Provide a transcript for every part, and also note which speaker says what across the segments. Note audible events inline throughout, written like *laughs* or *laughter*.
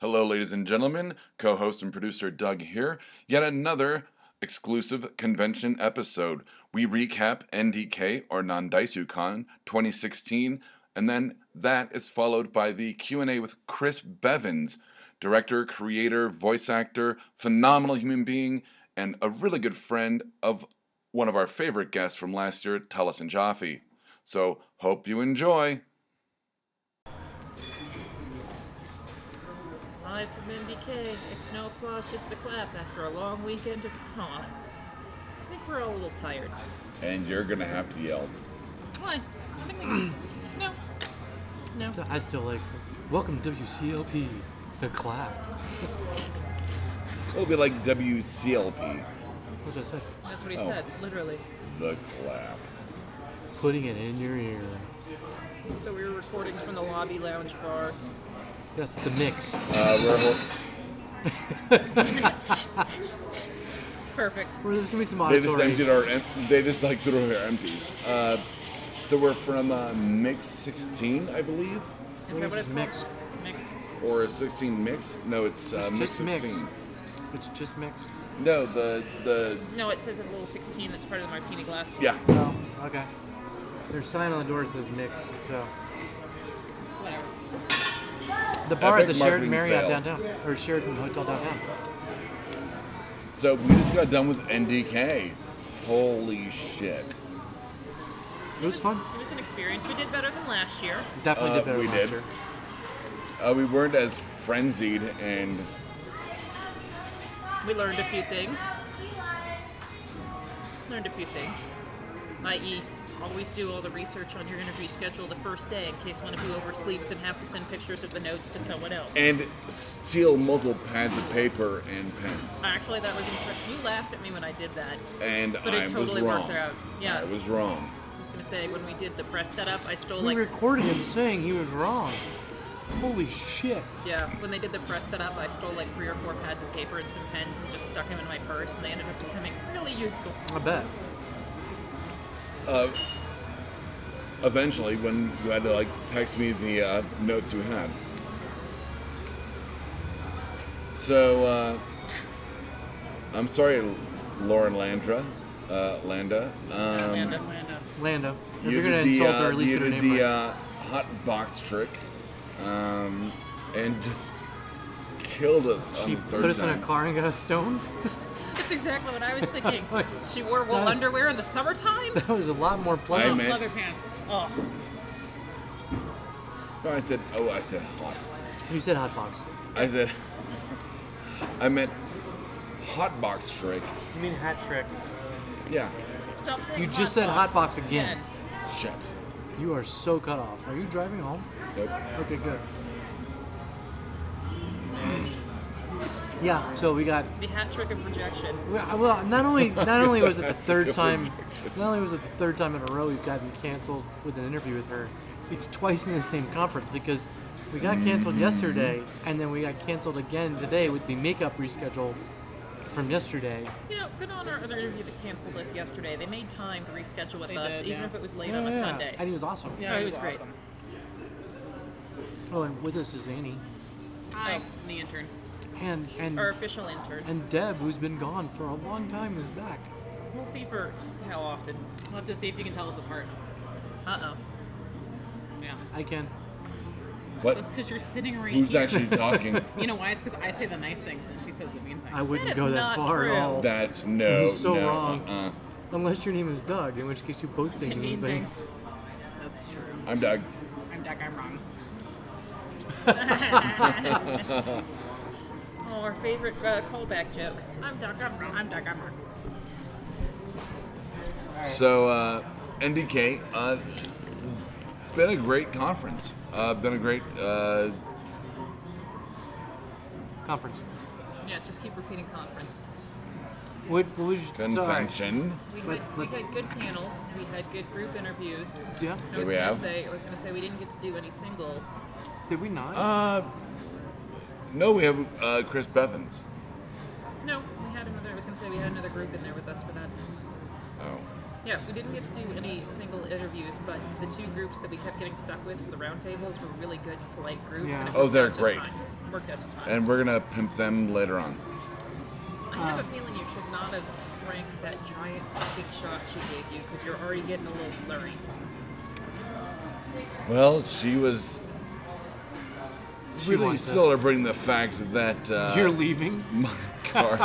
Speaker 1: Hello, ladies and gentlemen. Co host and producer Doug here. Yet another exclusive convention episode. We recap NDK or NandaisuCon 2016, and then that is followed by the Q&A with Chris Bevins, director, creator, voice actor, phenomenal human being, and a really good friend of one of our favorite guests from last year, Talis and Jaffe. So, hope you enjoy.
Speaker 2: Live from MDK, it's no applause, just the clap after a long weekend of con. I think we're all a little tired.
Speaker 1: And you're going to have to yell.
Speaker 2: Why? I think we. *clears throat* no. No.
Speaker 3: Still- I still like. Welcome to WCLP, the clap.
Speaker 1: It'll be like WCLP,
Speaker 3: That's what I said.
Speaker 2: That's what he
Speaker 1: Oh.
Speaker 2: said, literally.
Speaker 1: the clap.
Speaker 3: Putting it in your ear.
Speaker 2: So we were recording from the lobby lounge bar.
Speaker 3: That's the mix.
Speaker 1: Uh, we're hol-
Speaker 2: Perfect.
Speaker 3: Where there's gonna be some
Speaker 1: They just
Speaker 3: auditory.
Speaker 1: emptied our. Em- they just like threw our empties. Uh, so we're from uh, mix 16, I believe,
Speaker 2: Is that what it's
Speaker 3: Mixed.
Speaker 2: called? Mixed.
Speaker 1: or 16 mix. No, it's, uh,
Speaker 3: It's
Speaker 1: mix
Speaker 3: just mix.
Speaker 1: 16.
Speaker 3: It's just mix.
Speaker 1: No, the the
Speaker 2: No, it says a little 16 that's part of the martini glass.
Speaker 1: yeah.
Speaker 3: No. Okay. Their sign on the door says mix. So
Speaker 2: Whatever.
Speaker 3: the bar
Speaker 1: Epic
Speaker 3: at the Sheraton
Speaker 1: marketing
Speaker 3: Marriott
Speaker 1: fail.
Speaker 3: downtown or Sheraton Hotel downtown.
Speaker 1: So we just got done with NDK. Holy shit!
Speaker 3: It was fun.
Speaker 2: It was an experience. We did better than last year.
Speaker 3: Definitely
Speaker 1: Uh,
Speaker 3: did better
Speaker 1: we
Speaker 3: than
Speaker 1: did.
Speaker 3: last year.
Speaker 1: Uh, we weren't as frenzied and
Speaker 2: We learned a few things. Learned a few things. I.e., always do all the research on your interview schedule the first day in case one of you oversleeps and have to send pictures of the notes to someone else.
Speaker 1: and steal multiple pads of paper and pens.
Speaker 2: Actually, that was incorrect. You laughed at me when I did that.
Speaker 1: And
Speaker 2: But it
Speaker 1: I
Speaker 2: totally
Speaker 1: was wrong.
Speaker 2: worked out. Yeah.
Speaker 1: I was wrong.
Speaker 2: I was gonna say when we did the press setup, I stole
Speaker 3: We
Speaker 2: like
Speaker 3: recorded him saying he was wrong. Holy shit.
Speaker 2: yeah. When they did the press setup, I stole like three or four pads of paper and some pens and just stuck them in my purse, and they ended up becoming really useful.
Speaker 3: I bet.
Speaker 1: Eventually, when you had to like text me the uh, notes you had. So uh, I'm sorry, Lauren Landra, uh, Landa. Um,
Speaker 2: Land up, land up.
Speaker 3: Lando. If
Speaker 1: you
Speaker 3: you're gonna
Speaker 1: did the,
Speaker 3: insult her,
Speaker 1: uh,
Speaker 3: at least
Speaker 1: you
Speaker 3: get her
Speaker 1: did
Speaker 3: name
Speaker 1: the
Speaker 3: right.
Speaker 1: uh, hot box trick, um, and just killed us uh, on
Speaker 3: she
Speaker 1: the third
Speaker 3: put us in
Speaker 1: time.
Speaker 3: a car and got us stoned.
Speaker 2: That's exactly what I was thinking. she wore wool underwear in the summertime.
Speaker 3: *laughs* That was a lot more
Speaker 1: I
Speaker 3: pleasant.
Speaker 1: meant-
Speaker 2: Leather pants. Oh.
Speaker 1: No, I said, oh, I said hot.
Speaker 3: you said hot box.
Speaker 1: I said, *laughs* I meant hot box trick.
Speaker 3: You mean hat trick?
Speaker 1: Yeah,
Speaker 2: Stop saying
Speaker 3: You
Speaker 2: hot
Speaker 3: just said hot box again.
Speaker 1: shit.
Speaker 3: You are so cut off. Are you driving home?
Speaker 1: Nope.
Speaker 3: Okay, good. Yeah. So we got.
Speaker 2: The hat trick of rejection.
Speaker 3: Well, well, not only not only was it the third time, not only was it the third time in a row we've gotten canceled with an interview with her. It's twice in the same conference because we got canceled yesterday, and then we got canceled again today with the makeup reschedule from yesterday.
Speaker 2: You know, good on our other interview that canceled us yesterday. They made time to reschedule with
Speaker 4: They
Speaker 2: us,
Speaker 4: did,
Speaker 2: even
Speaker 4: yeah.
Speaker 2: if it was late on a
Speaker 3: Yeah,
Speaker 2: Sunday.
Speaker 3: and he was awesome.
Speaker 2: Oh, it was great.
Speaker 4: awesome.
Speaker 3: Oh, and with us is Annie
Speaker 4: Hi, I'm the intern.
Speaker 3: and and
Speaker 2: Our official intern.
Speaker 3: and Deb, who's been gone for a long time, is back.
Speaker 2: We'll see for how often.
Speaker 4: We'll have to see if you can tell us apart.
Speaker 2: Uh oh.
Speaker 4: Yeah,
Speaker 3: I can.
Speaker 4: that's
Speaker 1: What?
Speaker 4: because you're sitting right
Speaker 1: Who's
Speaker 4: here.
Speaker 1: actually talking?
Speaker 4: You know why? It's because I say the nice things and she says the mean things.
Speaker 3: I wouldn't
Speaker 2: is
Speaker 3: go that
Speaker 2: not
Speaker 3: far
Speaker 2: true.
Speaker 3: at all,
Speaker 1: That's no.
Speaker 3: He's so
Speaker 1: no,
Speaker 3: wrong.
Speaker 1: Uh-uh.
Speaker 3: unless your name is Doug, in which case you both say
Speaker 2: They mean
Speaker 3: mean things.
Speaker 2: things.
Speaker 4: That's true.
Speaker 1: I'm Doug.
Speaker 4: I'm Doug.
Speaker 3: *laughs*
Speaker 4: I'm wrong.
Speaker 2: *laughs* Oh, our favorite uh, callback joke. I'm Doc, I'm wrong.
Speaker 4: I'm Doug. I'm wrong.
Speaker 1: So uh, NDK, uh, been a great conference. Uh, been a great. Uh,
Speaker 3: Conference.
Speaker 2: Yeah, just keep repeating conference.
Speaker 3: What, what was sorry.
Speaker 1: convention.
Speaker 2: We
Speaker 3: Let-
Speaker 2: had, we
Speaker 3: let's-
Speaker 2: had good panels, we had good group interviews.
Speaker 3: Yeah.
Speaker 2: And I
Speaker 1: Did
Speaker 2: was
Speaker 1: we
Speaker 2: gonna
Speaker 1: have?
Speaker 2: say I was gonna say we didn't get to do any singles.
Speaker 3: Did we not?
Speaker 1: Uh, no, we have uh, Chris Bevins.
Speaker 2: No, we had another I was gonna say we had another group in there with us for that.
Speaker 1: Oh,
Speaker 2: Yeah, we didn't get to do any single interviews, but the two groups that we kept getting stuck with for the roundtables were really good, polite groups.
Speaker 3: Yeah.
Speaker 2: And it
Speaker 1: Oh,
Speaker 2: worked
Speaker 1: they're
Speaker 2: out just
Speaker 1: great.
Speaker 2: fine. worked out just fine.
Speaker 1: and we're gonna pimp them later on.
Speaker 2: I have a feeling you should not have drank that giant big shot she gave you because you're already getting a little flurry.
Speaker 1: Well, she was
Speaker 3: She
Speaker 1: really
Speaker 3: wants to-
Speaker 1: celebrating the fact that uh,
Speaker 3: *laughs* You're leaving.
Speaker 1: my card,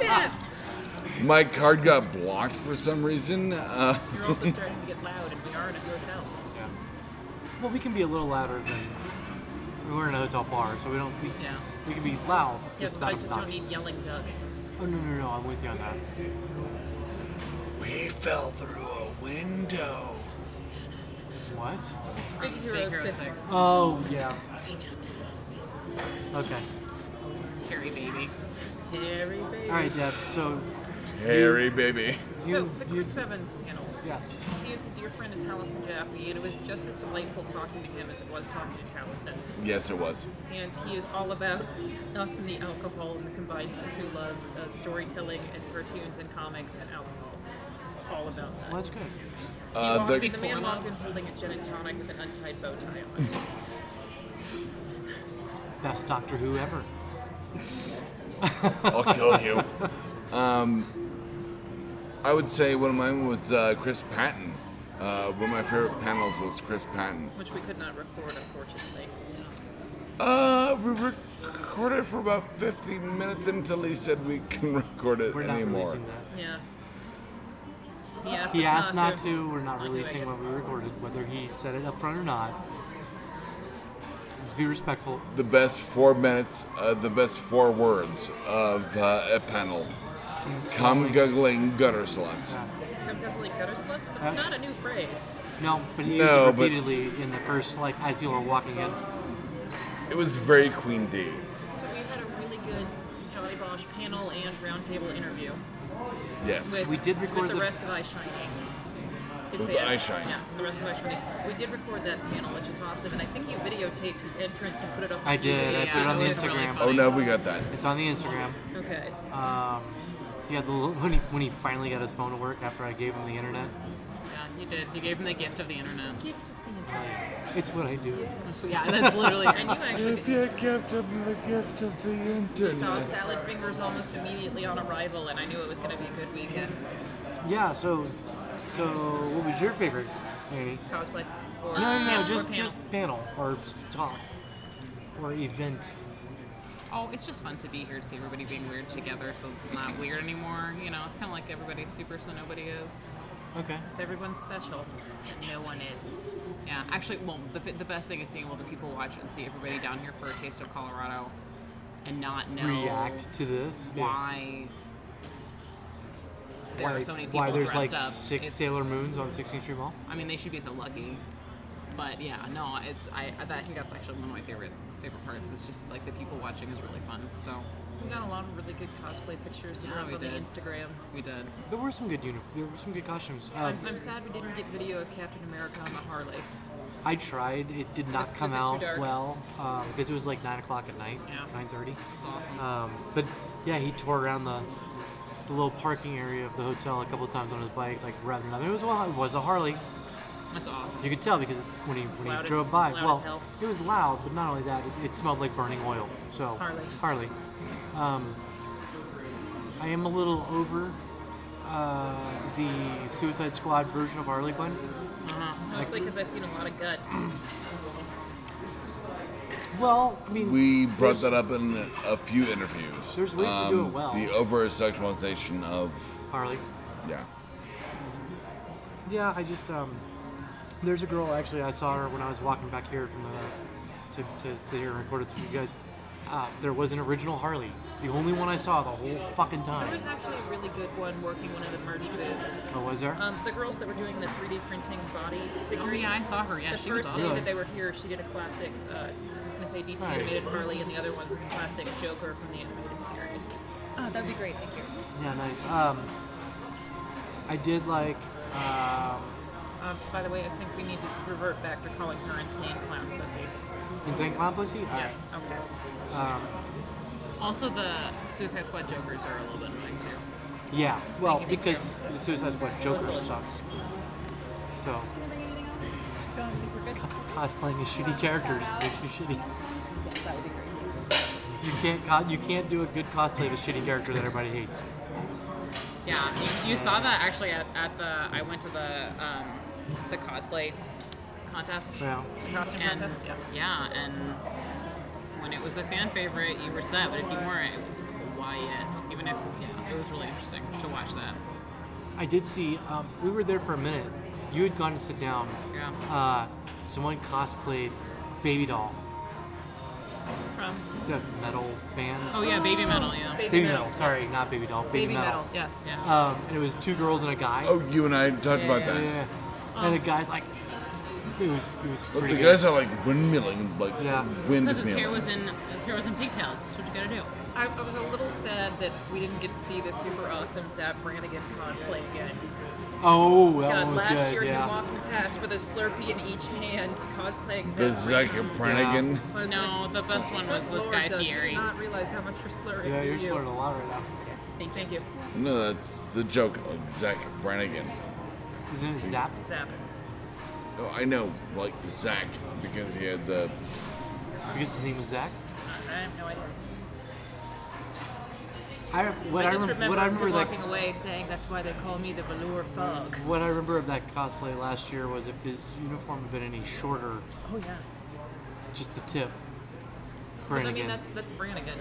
Speaker 2: Stab!
Speaker 1: *laughs* my card got blocked for some reason. Uh,
Speaker 2: You're also starting to get loud, and we are in a hotel.
Speaker 3: Well, we can be a little louder than we're in a hotel bar, so we don't. We,
Speaker 2: Yeah.
Speaker 3: we can be loud.
Speaker 2: Yes,
Speaker 3: just
Speaker 2: but I
Speaker 3: not
Speaker 2: just don't
Speaker 3: obnoxious.
Speaker 2: need yelling Doug.
Speaker 3: Oh no no no! I'm with you on that.
Speaker 1: we fell through a window.
Speaker 3: What?
Speaker 2: It's Big
Speaker 4: Big
Speaker 2: Hero,
Speaker 4: Hero
Speaker 2: 6.
Speaker 4: Six.
Speaker 3: Oh yeah. Okay.
Speaker 4: Carrie baby.
Speaker 2: Harry, baby.
Speaker 3: All right, Deb. So
Speaker 1: Harry, baby.
Speaker 2: So,
Speaker 3: you,
Speaker 2: the
Speaker 3: you
Speaker 2: Chris Bevins panel.
Speaker 3: yes.
Speaker 2: He is a dear friend of Taliesin Jaffe, and it was just as delightful talking to him as it was talking to Taliesin.
Speaker 1: Yes, it was.
Speaker 2: and he is all about us and the alcohol and the combining the two loves of storytelling and cartoons and comics and alcohol. It's all about that.
Speaker 3: Well, that's good.
Speaker 1: Uh,
Speaker 2: Walked in-
Speaker 1: the,
Speaker 2: the man walked in holding a gin and tonic with an untied bow tie on.
Speaker 3: Best Doctor Who ever.
Speaker 1: *laughs* I'll kill you. Um, I would say one of mine was uh, Chris Patton. Uh, one of my favorite panels was Chris Patton.
Speaker 2: which we could not record, unfortunately.
Speaker 1: Uh, we recorded for about 15 minutes until he said we can *laughs* record it
Speaker 3: We're not
Speaker 1: anymore.
Speaker 3: releasing that.
Speaker 2: Yeah. He asked,
Speaker 3: He
Speaker 2: us
Speaker 3: asked not to. We're
Speaker 2: Not
Speaker 3: not
Speaker 2: doing it.
Speaker 3: releasing what we recorded, whether he said it up front or not. Let's be respectful.
Speaker 1: The best four minutes, uh, the best four words of uh, a panel. Come guggling gutter sluts.
Speaker 2: Come guzzling gutter sluts? That's
Speaker 3: Huh?
Speaker 2: not a new phrase.
Speaker 3: No, but he
Speaker 1: No,
Speaker 3: used it
Speaker 1: but-
Speaker 3: repeatedly in the first, like, as people are walking in.
Speaker 1: It was very Queen D.
Speaker 2: So we had a really good Jolly Bosch panel and roundtable interview.
Speaker 1: Yes.
Speaker 2: with,
Speaker 3: We did record
Speaker 2: with the,
Speaker 3: the-
Speaker 2: rest of Eye Shining. His
Speaker 1: With
Speaker 2: band.
Speaker 1: Eye Shining.
Speaker 2: Yeah, the rest of Eye Shining. We did record that panel, which is awesome, and I think you videotaped his entrance and put it up.
Speaker 3: I
Speaker 2: on
Speaker 3: did.
Speaker 2: YouTube.
Speaker 3: I
Speaker 4: Yeah,
Speaker 3: put it on the
Speaker 4: it was really
Speaker 3: Instagram.
Speaker 4: funny.
Speaker 1: Oh no, we got that.
Speaker 3: it's on the Instagram.
Speaker 2: Okay.
Speaker 3: Um, yeah, the, little- when, he, when he finally got his phone to work after I gave him the internet.
Speaker 4: Yeah, you did. You gave him the gift of the internet.
Speaker 2: Gift of the internet.
Speaker 3: It's what I do.
Speaker 4: That's what, yeah, that's *laughs* literally.
Speaker 2: And you actually
Speaker 1: If you gift of the gift of the
Speaker 2: saw
Speaker 1: internet.
Speaker 2: salad fingers almost immediately on arrival, and I knew it was going to be a good weekend.
Speaker 3: Yeah, so so what was your favorite, Annie?
Speaker 2: Cosplay. Or,
Speaker 3: No, no, no,
Speaker 2: or
Speaker 3: just,
Speaker 2: panel.
Speaker 3: just panel or talk or event.
Speaker 4: Oh, it's just fun to be here to see everybody being weird together, so it's not weird anymore. You know, it's kind of like everybody's super, so nobody is.
Speaker 3: Okay.
Speaker 2: Everyone's special, and no one is.
Speaker 4: Yeah, actually, well, the, the best thing is seeing all the people watch and see everybody down here for a taste of Colorado, and not know
Speaker 3: React to this.
Speaker 4: why there
Speaker 3: why,
Speaker 4: are so many people
Speaker 3: why there's
Speaker 4: dressed
Speaker 3: like
Speaker 4: up.
Speaker 3: six
Speaker 4: It's-
Speaker 3: Sailor Moons on 16th Street Mall?
Speaker 4: I mean, they should be so lucky. But yeah, no, it's I, I think that's actually one of my favorite favorite parts. It's just like the people watching is really fun. So
Speaker 2: We got a lot of really good cosplay pictures that
Speaker 4: Yeah,
Speaker 2: are up
Speaker 4: we
Speaker 2: on the
Speaker 4: did.
Speaker 2: Instagram.
Speaker 4: we did.
Speaker 3: There were some good uniforms. There were some good costumes. Um,
Speaker 2: I'm, I'm sad we didn't get video of Captain America on the Harley.
Speaker 3: I tried. It did
Speaker 2: Is-
Speaker 3: not
Speaker 2: is
Speaker 3: come
Speaker 2: it too
Speaker 3: out
Speaker 2: dark?
Speaker 3: well um, because it was like nine o'clock at night,
Speaker 4: Yeah.
Speaker 3: nine thirty.
Speaker 4: It's awesome.
Speaker 3: Um, but yeah, he tore around the the little parking area of the hotel a couple of times on his bike, like revving up. It was well, it was a Harley.
Speaker 4: That's awesome.
Speaker 3: You could tell because when he when
Speaker 2: Loud
Speaker 3: he
Speaker 2: as-
Speaker 3: drove by,
Speaker 2: loud as
Speaker 3: well,
Speaker 2: hell.
Speaker 3: it was loud. But not only that, it, it smelled like burning oil. So
Speaker 2: Harley.
Speaker 3: Harley. Um, I am a little over uh, the Suicide Squad version of Harley Quinn.
Speaker 2: Mostly because I've seen a lot of gut.
Speaker 3: Well, I mean,
Speaker 1: We brought that up in a few interviews. Um,
Speaker 3: There's ways to do it well.
Speaker 1: The over sexualization of
Speaker 3: Harley.
Speaker 1: yeah.
Speaker 3: Yeah, I just um, there's a girl actually I saw her when I was walking back here from the to, to sit here and record it for you guys. Uh, there was an original Harley, the only one I saw the whole fucking
Speaker 2: There
Speaker 3: time.
Speaker 2: was actually a really good one working one of the merch booths.
Speaker 3: Oh, was there?
Speaker 2: Um, the girls that were doing the 3D printing body.
Speaker 4: Oh yeah, I saw her. Yeah,
Speaker 2: The
Speaker 4: she was
Speaker 2: first day
Speaker 4: awesome.
Speaker 2: that they were here, she did a classic. Uh, I was gonna say DC
Speaker 3: Nice.
Speaker 2: animated Harley, and the other one was classic Joker from the animated series. Oh, that'd be great. Thank you.
Speaker 3: Yeah, nice. Um, I did like. Um,
Speaker 2: Um, by the way, I think we need to revert back to calling her insane clown pussy.
Speaker 3: Insane Clown Pussy?
Speaker 2: Yes. Okay.
Speaker 3: Um,
Speaker 4: Also, the Suicide Squad Jokers are a little bit annoying too.
Speaker 3: yeah. Well,
Speaker 2: Thank you.
Speaker 3: because the Suicide Squad Joker
Speaker 2: Whistle.
Speaker 3: sucks. So
Speaker 2: I think we're good.
Speaker 3: cosplaying as shitty characters makes you shitty.
Speaker 5: Yes, that would be great.
Speaker 3: You can't co- you can't do a good cosplay of a shitty character that everybody hates.
Speaker 4: Yeah, you, you saw that actually at, at the I went to the um, the cosplay contest.
Speaker 3: Yeah.
Speaker 2: Costume
Speaker 4: And-
Speaker 2: contest, yeah.
Speaker 4: Yeah, and when it was a fan favorite, you were set, but if you weren't, it was quiet. Even if yeah, it was really interesting to watch that.
Speaker 3: I did see. Um, we were there for a minute. You had gone to sit down.
Speaker 4: Yeah.
Speaker 3: Uh, someone cosplayed Baby Doll,
Speaker 2: From
Speaker 3: the metal fan.
Speaker 4: Oh yeah, baby metal. Yeah.
Speaker 2: Baby,
Speaker 3: Baby
Speaker 2: Metal.
Speaker 3: Metal. Sorry, not Baby Doll. Baby,
Speaker 2: Baby Metal, yes.
Speaker 4: Yeah.
Speaker 3: Um, and it was two girls and a guy.
Speaker 1: Oh, you and I talked about
Speaker 4: Yeah,
Speaker 1: that.
Speaker 3: Yeah. And the guy's like, it was it was
Speaker 1: Look,
Speaker 3: pretty
Speaker 1: the
Speaker 3: good.
Speaker 1: guys are like windmilling, like
Speaker 3: Yeah.
Speaker 4: Because his hair
Speaker 1: windmilling.
Speaker 4: was in his hair was in pigtails. That's what you gotta do.
Speaker 2: I, I was a little sad that we didn't get to see the super awesome Zap Brannigan cosplay again.
Speaker 3: oh, that
Speaker 2: God,
Speaker 3: one was
Speaker 2: last
Speaker 3: good.
Speaker 2: year
Speaker 3: yeah.
Speaker 2: he walked past with a Slurpee in each hand cosplaying Zap
Speaker 1: The Zac
Speaker 2: Brannigan.
Speaker 1: Brannigan.
Speaker 2: Was-
Speaker 4: No,
Speaker 2: was-
Speaker 4: the best one was was
Speaker 2: Lord,
Speaker 4: Guy
Speaker 2: Doug, I did
Speaker 4: Fieri.
Speaker 2: not realize how much you're slurring.
Speaker 3: yeah,
Speaker 2: do
Speaker 3: you're
Speaker 2: you?
Speaker 3: slurring a lot right now.
Speaker 2: Thank, you.
Speaker 1: No, that's the joke. Like Zach Brannigan.
Speaker 3: His name is Zap.
Speaker 2: Zap.
Speaker 1: Oh, I know, like Zach, because he had the.
Speaker 3: Because his name was Zach.
Speaker 2: I have no idea.
Speaker 3: I what
Speaker 2: I
Speaker 3: I,
Speaker 2: just
Speaker 3: remember,
Speaker 2: remember,
Speaker 3: what I remember
Speaker 2: him
Speaker 3: that
Speaker 2: walking away saying that's why they call me the velour fog.
Speaker 3: what I remember of that cosplay last year was if his uniform had been any shorter,
Speaker 2: Oh yeah.
Speaker 3: just the tip.
Speaker 2: But, I mean
Speaker 3: Brannigan.
Speaker 2: that's that's Brannigan.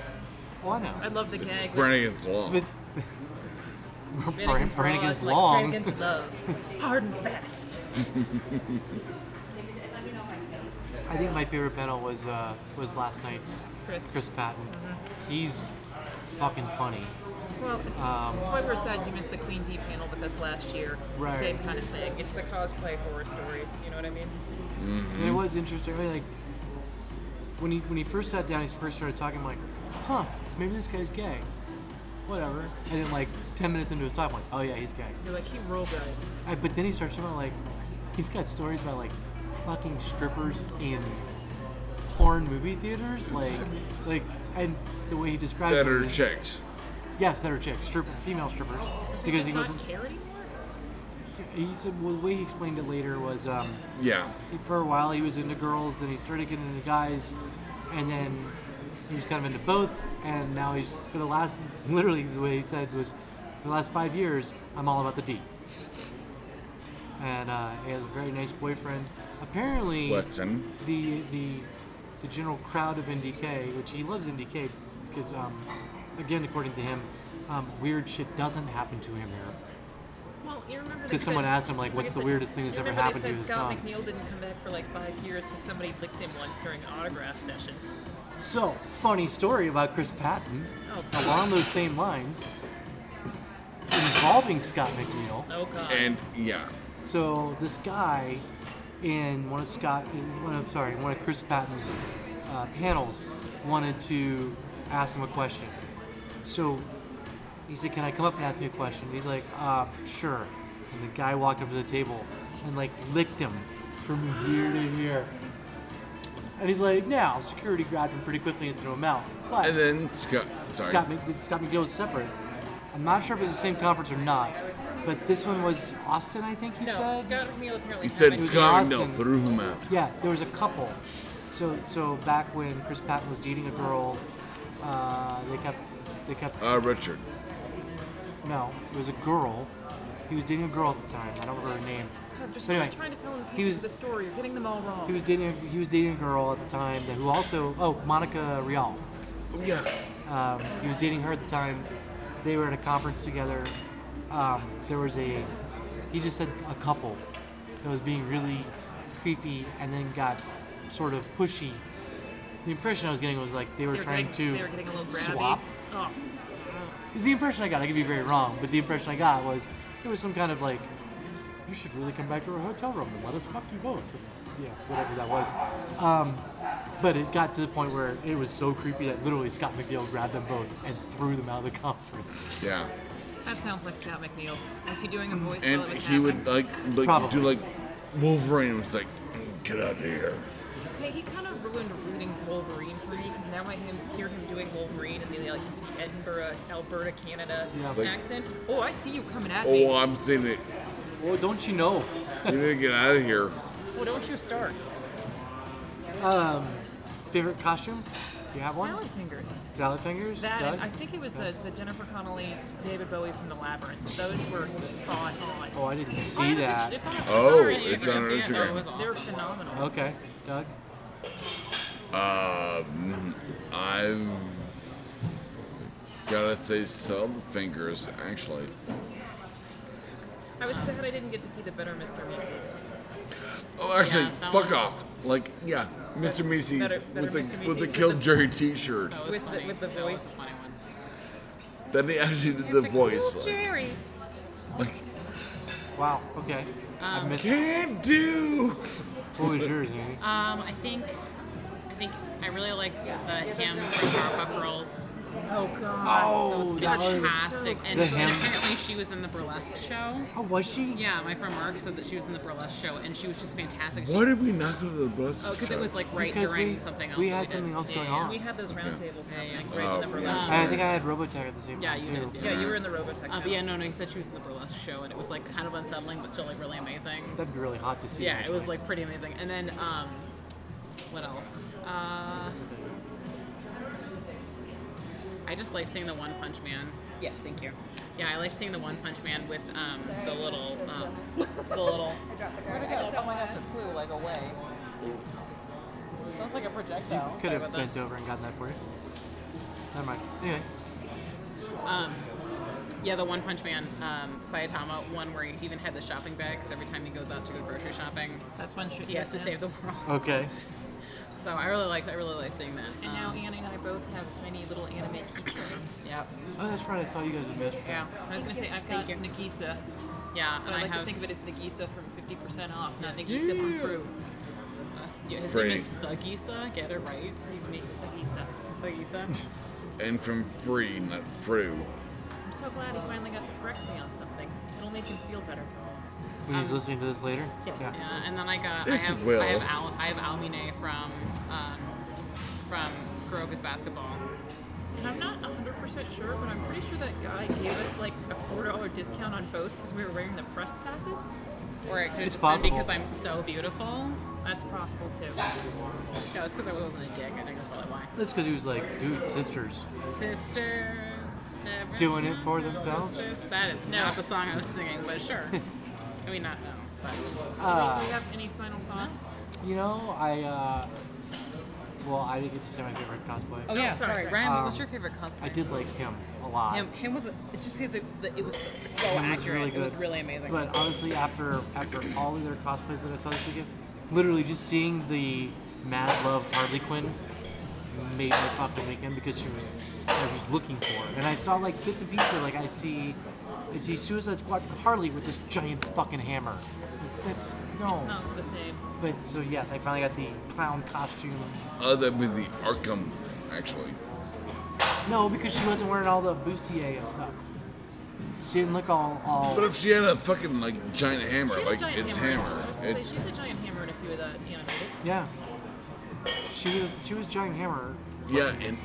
Speaker 3: oh, I know. *laughs*
Speaker 2: I love the
Speaker 1: It's
Speaker 2: gag.
Speaker 1: Brannigan's law.
Speaker 3: But Bran-
Speaker 2: Brannigan's,
Speaker 3: Brannigan's
Speaker 2: law is like Brannigan's
Speaker 3: long. *laughs*
Speaker 2: love. Hard and fast.
Speaker 3: I think my favorite panel was uh, was last night's
Speaker 2: Chris. Mm-hmm.
Speaker 3: Chris Patton. He's fucking funny.
Speaker 2: Well, it's, it's why we're sad you missed the Queen D panel with us last year. 'cause It's
Speaker 3: Um, Right.
Speaker 2: the same kind of thing. It's the cosplay horror stories. You know what I mean?
Speaker 3: And
Speaker 1: Mm-hmm.
Speaker 3: it was interesting. I mean, like when he when he first sat down, he first started talking. I'm like, huh, maybe this guy's gay. Whatever. And then like ten minutes into his talk, I'm like, oh yeah, he's gay.
Speaker 2: You're like he rolled out.
Speaker 3: I, but then he starts talking about like he's got stories about like fucking strippers in porn movie
Speaker 2: *laughs*
Speaker 3: theaters, like like and the way he describes
Speaker 1: That
Speaker 3: them
Speaker 1: are
Speaker 3: is-
Speaker 1: chicks.
Speaker 3: Yes, that are chicks, stripper, female strippers, because he
Speaker 2: does not
Speaker 3: wasn't.
Speaker 2: care anymore.
Speaker 3: He said well, the way he explained it later was um,
Speaker 1: Yeah.
Speaker 3: he- for a while he was into girls, then he started getting into guys, and then he was kind of into both, and now he's for the last *laughs* literally the way he said was for the last five years I'm all about the D. And uh, he has a very nice boyfriend. Apparently,
Speaker 1: Watson.
Speaker 3: the the the general crowd of NDK, which he loves NDK because, um, again, according to him, um, weird shit doesn't happen to him here.
Speaker 2: Well, you remember they
Speaker 3: 'Cause someone
Speaker 2: said-
Speaker 3: asked him, like,
Speaker 2: they
Speaker 3: what's the
Speaker 2: said-
Speaker 3: weirdest thing that's
Speaker 2: you
Speaker 3: ever
Speaker 2: remember
Speaker 3: happened to
Speaker 2: they
Speaker 3: you
Speaker 2: said
Speaker 3: as
Speaker 2: Scott
Speaker 3: Tom?
Speaker 2: McNeil didn't come back for like five years because somebody licked him once during an autograph session.
Speaker 3: So, funny story about Chris Patton
Speaker 2: Oh,
Speaker 3: along those same lines involving Scott McNeil.
Speaker 2: oh god.
Speaker 1: And yeah.
Speaker 3: So this guy in one of Scott, in one of, sorry, in one of Chris Patton's uh, panels wanted to ask him a question. So he said, "Can I come up and ask you a question?" And he's like, uh, "Sure." And the guy walked up to the table and like licked him from ear to ear. And he's like, "Now, security grabbed him pretty quickly and threw him out." But
Speaker 1: And then Scott. Sorry.
Speaker 3: Scott, Mc- Scott McGill was separate. I'm not sure if it was the same conference or not, but this one was Austin, I think he
Speaker 2: no,
Speaker 3: said.
Speaker 2: Scott McNeil apparently
Speaker 1: he said
Speaker 2: had a-
Speaker 3: was
Speaker 1: Scott no
Speaker 3: Austin.
Speaker 1: threw him out.
Speaker 3: Yeah, there was a couple. So so back when Chris Patton was dating a girl, uh, they kept they kept
Speaker 1: Uh, Richard.
Speaker 3: no, it was a girl. He was dating a girl at the time. I don't remember her name.
Speaker 2: I'm just
Speaker 3: But anyway,
Speaker 2: trying to fill in
Speaker 3: he
Speaker 2: pieces
Speaker 3: was
Speaker 2: of the story. You're getting them all wrong.
Speaker 3: he was dating he was dating a girl at the time that who also oh Monica Rial.
Speaker 1: Oh, yeah.
Speaker 3: Um, he was dating her at the time. They were at a conference together. Um, there was a, he just said a couple that was being really creepy and then got sort of pushy. The impression I was getting was like they were
Speaker 2: They were
Speaker 3: trying
Speaker 2: getting-
Speaker 3: to
Speaker 2: they were getting a little grabby.
Speaker 3: swap.
Speaker 2: Oh,
Speaker 3: Is the impression I got. I could be very wrong, but the impression I got was there was some kind of like, you should really come back to our hotel room and let us fuck you both. Yeah, whatever that was. Um, but it got to the point where it was so creepy that literally Scott McNeil grabbed them both and threw them out of the *laughs* conference.
Speaker 1: Yeah.
Speaker 2: that sounds like Scott McNeil. Was he doing a voice
Speaker 1: And
Speaker 2: while it was
Speaker 1: he would
Speaker 2: happening?
Speaker 1: like, like
Speaker 3: Probably.
Speaker 1: do like Wolverine was like, get out of here.
Speaker 2: Okay, he kind of ruined reading Wolverine for me because now I can hear him doing Wolverine in the like the Edinburgh, Alberta, Canada
Speaker 3: Yeah. uh,
Speaker 1: Like-
Speaker 2: accent. Oh, I see you coming at me.
Speaker 1: Oh, I'm saying it.
Speaker 3: Well, don't you know?
Speaker 1: You need to get out of here.
Speaker 2: Well, don't you start.
Speaker 3: Um, favorite costume? Do you have one?
Speaker 2: Salad fingers.
Speaker 3: Salad fingers?
Speaker 2: That
Speaker 3: Doug?
Speaker 2: and I think it was the, the Jennifer Connelly, David Bowie from The Labyrinth. Those were spot on.
Speaker 3: oh, I didn't
Speaker 2: Oh, I
Speaker 3: see
Speaker 2: have a
Speaker 3: that.
Speaker 2: picture- It's on, it's
Speaker 1: Oh,
Speaker 2: on our
Speaker 1: it's
Speaker 2: Instagram.
Speaker 1: on our
Speaker 4: Yeah, no, it
Speaker 1: Instagram.
Speaker 4: was awesome.
Speaker 2: They're phenomenal.
Speaker 3: Okay, Doug.
Speaker 1: Um, I've gotta say, salad fingers actually.
Speaker 2: I was sad I didn't get to see the better Mr. Meeseeks.
Speaker 1: Oh, actually,
Speaker 4: Yeah, that
Speaker 1: fuck
Speaker 4: one.
Speaker 1: off. Like, yeah, Mr. Mises
Speaker 2: better- better
Speaker 1: with the
Speaker 2: Mr.
Speaker 1: with
Speaker 2: Mises
Speaker 1: the
Speaker 2: with
Speaker 1: Kill
Speaker 2: the-
Speaker 1: Jerry T-shirt.
Speaker 4: That was
Speaker 2: With the-
Speaker 4: funny.
Speaker 2: with the
Speaker 4: That was
Speaker 2: voice.
Speaker 4: a funny one.
Speaker 1: Then they actually did the voice.
Speaker 2: Cool
Speaker 1: like,
Speaker 2: Jerry.
Speaker 1: like,
Speaker 3: Wow. Okay. I
Speaker 4: Um,
Speaker 3: missed.
Speaker 1: can't do.
Speaker 3: What was yours, Amy?
Speaker 4: Um, I think, I think I really like the ham from Powerpuff Girls.
Speaker 2: Oh god.
Speaker 4: That was
Speaker 3: Oh, that was-
Speaker 4: fantastic. and,
Speaker 3: The
Speaker 4: and
Speaker 3: ham-
Speaker 4: apparently she was in the burlesque show.
Speaker 3: Oh, was she?
Speaker 4: Yeah, my friend Mark said that she was in the burlesque show, and she was just fantastic. She-
Speaker 1: Why did we not go to the bus?
Speaker 4: Oh, because it was like right
Speaker 3: Because
Speaker 4: during
Speaker 3: we-
Speaker 4: something else.
Speaker 3: we
Speaker 4: that
Speaker 3: had
Speaker 4: did.
Speaker 3: something else
Speaker 4: Yeah,
Speaker 3: going
Speaker 4: yeah,
Speaker 3: on.
Speaker 2: We had those round
Speaker 1: Okay.
Speaker 2: tables and
Speaker 4: Yeah, yeah.
Speaker 2: everything right in the
Speaker 1: Oh,
Speaker 2: burlesque.
Speaker 3: And
Speaker 4: yeah.
Speaker 3: I think I had Robotech at the same
Speaker 4: Yeah,
Speaker 3: time
Speaker 4: you
Speaker 3: too.
Speaker 4: did,
Speaker 2: Yeah, you were in the Robotech.
Speaker 4: yeah. Uh,
Speaker 2: now.
Speaker 4: but yeah, no, no, he said she was in the burlesque show, and it was like kind of unsettling, but still like really amazing.
Speaker 3: That'd be really hot to see.
Speaker 4: Yeah, it was
Speaker 3: actually.
Speaker 4: like pretty amazing. And then, um, what else? Uh, I just like seeing the One Punch Man.
Speaker 2: Yes, thank you.
Speaker 4: Yeah, I like seeing the One Punch Man with um, the little, um, the little. Where'd it go? Oh my gosh, it flew like away. That was like a projectile.
Speaker 3: could
Speaker 4: Sorry
Speaker 3: have
Speaker 4: about
Speaker 3: bent
Speaker 4: that.
Speaker 3: over and gotten that for you. Never mind. Anyway,
Speaker 4: Yeah, the One Punch Man, um, Saitama one where he even had the shopping bag because every time he goes out to go grocery shopping,
Speaker 2: That's one shit.
Speaker 4: he has to save the world.
Speaker 3: okay.
Speaker 4: So I really liked, I really liked seeing that.
Speaker 2: And now
Speaker 4: Um,
Speaker 2: Anne and I both have tiny little anime keychains.
Speaker 4: yeah,
Speaker 3: Oh, that's right. I saw you guys with Master.
Speaker 4: yeah,
Speaker 2: I was gonna say I've got
Speaker 4: Thank you.
Speaker 2: Nagisa,
Speaker 4: yeah.
Speaker 2: but
Speaker 4: And
Speaker 2: I,
Speaker 4: I
Speaker 2: like to
Speaker 4: have
Speaker 2: think of it as Nagisa from 50% off, not Nagisa from Fruit.
Speaker 4: Yeah, his
Speaker 1: Free.
Speaker 4: name is Thugisa. Get it right,
Speaker 2: Excuse me, Nagisa.
Speaker 4: Thugisa.
Speaker 3: *laughs*
Speaker 1: And from free, not through.
Speaker 2: I'm so glad he finally got to correct me on something. It'll make him feel better.
Speaker 3: When
Speaker 4: Um,
Speaker 3: he's listening to this later.
Speaker 2: yes.
Speaker 3: Yeah.
Speaker 4: yeah, and then I
Speaker 1: Yes,
Speaker 4: got I
Speaker 1: you
Speaker 4: have
Speaker 1: will.
Speaker 4: I have Al, I have Almine from um, from Kuroka's basketball.
Speaker 2: And I'm not 100% sure, but I'm pretty sure that guy gave us like a $4 discount on both because we were wearing the press passes.
Speaker 4: Or it could
Speaker 3: It's
Speaker 4: just been
Speaker 3: possible.
Speaker 4: because I'm so beautiful.
Speaker 2: That's possible too.
Speaker 4: No, it's because I wasn't a dick. I think that's probably why.
Speaker 3: That's because he was like, dude, sisters.
Speaker 4: Sisters. never
Speaker 3: Doing it for
Speaker 4: remember
Speaker 3: themselves?
Speaker 4: sisters. That is not the song I was singing,
Speaker 3: *laughs*
Speaker 4: but sure. I mean, not no, but
Speaker 2: Do
Speaker 3: Uh,
Speaker 2: you have any final thoughts?
Speaker 3: you know, I. uh... Well, I didn't get to say my favorite cosplay.
Speaker 4: oh
Speaker 2: No,
Speaker 4: yeah,
Speaker 2: sorry.
Speaker 4: sorry, Ryan. what
Speaker 3: Um,
Speaker 4: was your favorite cosplay?
Speaker 3: I did like him a lot.
Speaker 4: Him, him was. It's just his. It was so
Speaker 3: Him was
Speaker 4: accurate.
Speaker 3: really
Speaker 4: It was
Speaker 3: good.
Speaker 4: really amazing.
Speaker 3: But honestly, after after all the other cosplays that I saw this weekend, literally just seeing the Mad Love Harley Quinn made my fucking weekend because she was, I was looking for it, and I saw like bits and pieces. Like I'd see, I'd see Suicide Squad Harley with this giant fucking hammer. That's no.
Speaker 2: It's not the same.
Speaker 3: But so yes, I finally got the clown costume.
Speaker 1: Other with the Arkham, actually.
Speaker 3: No, because she wasn't wearing all the bustier and stuff. She didn't look all all.
Speaker 1: But if she had a fucking like giant hammer,
Speaker 2: She had a
Speaker 1: like
Speaker 2: giant
Speaker 1: it's
Speaker 2: hammer.
Speaker 1: hammer.
Speaker 2: I was gonna
Speaker 1: It,
Speaker 2: say she had a giant hammer in a few of the animated.
Speaker 3: Yeah. She was she was giant hammer
Speaker 1: yeah, and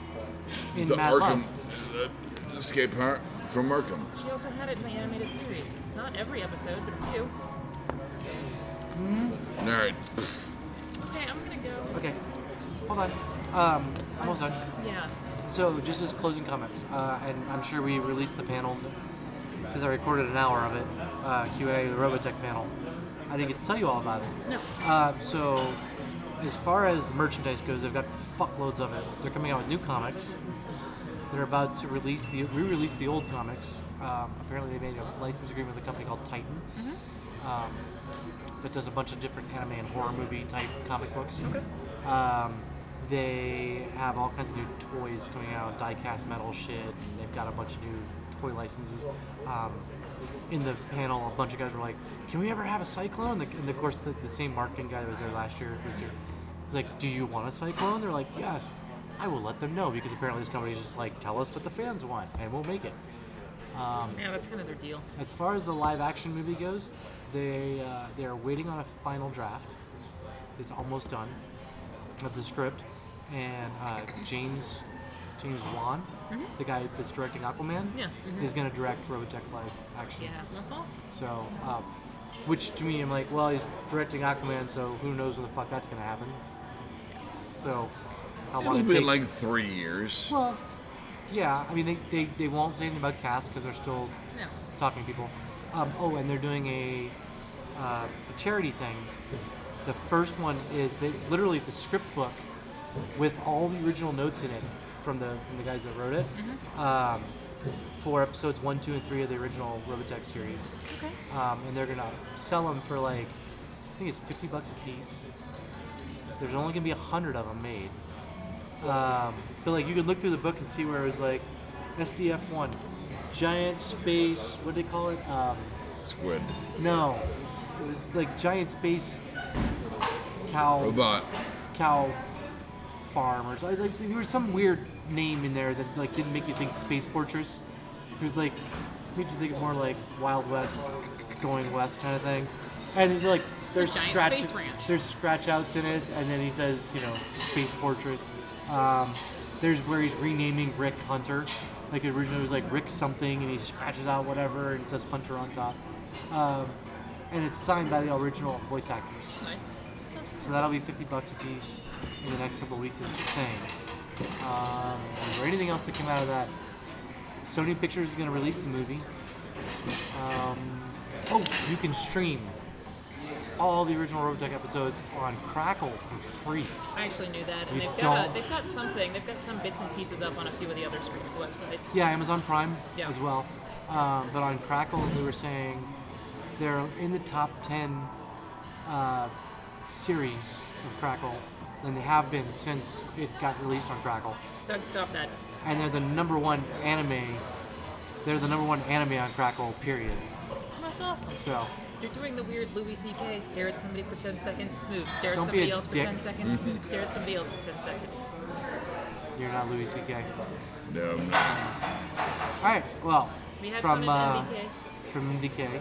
Speaker 3: in
Speaker 1: the
Speaker 3: Mad
Speaker 1: Arkham
Speaker 3: Love.
Speaker 1: uh, escape har- from Arkham.
Speaker 2: She also had it in the animated series. Not every episode, but a few.
Speaker 1: All right,
Speaker 2: Okay, I'm gonna go.
Speaker 3: Okay, hold on. Um, almost done.
Speaker 2: Yeah.
Speaker 3: So, just as closing comments, uh, and I'm sure we released the panel because I recorded an hour of it. Uh, QA, the Robotech panel. I didn't get to tell you all about it.
Speaker 2: No.
Speaker 3: Uh, so, as far as the merchandise goes, they've got fuckloads of it. They're coming out with new comics. They're about to release the re-release the old comics. Um, apparently, they made a license agreement with a company called Titan um, that does a bunch of different anime and horror movie type comic books. Um, they have all kinds of new toys coming out, die-cast metal shit. And they've got a bunch of new toy licenses. Um, in the panel, a bunch of guys were like, "Can we ever have a cyclone?" And, the, and of course, the, the same marketing guy that was there last year was here. He's like, "Do you want a cyclone?" They're like, "Yes." I will let them know because apparently this company's just like, "Tell us what the fans want, and we'll make it."
Speaker 2: Yeah, that's kind of their deal.
Speaker 3: As far as the live action movie goes, they uh, they are waiting on a final draft. It's almost done of the script, and uh, James James Wan, the guy that's directing Aquaman,
Speaker 2: Mm-hmm. Yeah. Mm-hmm.
Speaker 3: is going to direct Robotech live action.
Speaker 2: Yeah.
Speaker 4: That's awesome.
Speaker 3: So, um, which to me, I'm like, well, he's directing Aquaman, so who knows when the fuck that's going to happen. So, how long
Speaker 5: It'll be
Speaker 3: it takes.
Speaker 5: like three years.
Speaker 3: well, yeah. I mean, they, they, they won't say anything about cast because they're still
Speaker 4: No.
Speaker 3: talking to people. Um, oh, and they're doing a, uh, a charity thing. The first one is that it's literally the script book with all the original notes in it from the from the guys that wrote it um, for episodes one, two, and three of the original Robotech series.
Speaker 4: Okay.
Speaker 3: Um, and they're gonna sell them for like I think it's fifty bucks a piece. There's only gonna be a hundred of them made. Um, but like you could look through the book and see where it was like SDF one, giant space. What do they call it? Um,
Speaker 5: Squid.
Speaker 3: no, it was like giant space cow
Speaker 5: Robot.
Speaker 3: cow farm or something. Like there was some weird name in there that like didn't make you think Space Fortress. It was like made you think more like Wild West, going west kind of thing. And it's like there's
Speaker 4: giant
Speaker 3: scratch
Speaker 4: space ranch.
Speaker 3: there's scratch outs in it, and then he says you know Space Fortress. Um, there's where he's renaming Rick Hunter. Like originally it was like Rick something, and he scratches out whatever and it says Hunter on top. Um, and it's signed by the original voice actors.
Speaker 4: It's nice.
Speaker 3: So that'll be 50 bucks a piece in the next couple of weeks, is the same. Um, is there anything else that came out of that? Sony Pictures is going to release the movie. Um, oh, you can stream all the original Robotech episodes on Crackle for free.
Speaker 2: I actually knew that, and
Speaker 3: You
Speaker 2: they've got
Speaker 3: don't.
Speaker 2: a, they've got something. They've got some bits and pieces up on a few of the other streaming websites.
Speaker 3: Yeah, Amazon Prime
Speaker 2: Yeah.
Speaker 3: as well. Um, but on Crackle, they were saying they're in the top 10 uh, series of Crackle, and they have been since it got released on Crackle.
Speaker 2: Doug, stop that.
Speaker 3: and they're the number one anime. They're the number one anime on Crackle. Period.
Speaker 2: That's awesome.
Speaker 3: So
Speaker 2: You're doing the weird Louis C.K. stare at somebody for 10 seconds, move. Stare at
Speaker 3: Don't
Speaker 2: somebody
Speaker 3: be a
Speaker 2: else for
Speaker 3: dick. Mm-hmm.
Speaker 2: 10 seconds, move. Stare at somebody else for 10 seconds.
Speaker 3: you're not Louis C.K.
Speaker 5: No, I'm not.
Speaker 3: All right. Well,
Speaker 2: We had
Speaker 3: from
Speaker 2: fun
Speaker 3: uh,
Speaker 2: at MDK.
Speaker 3: from MDK.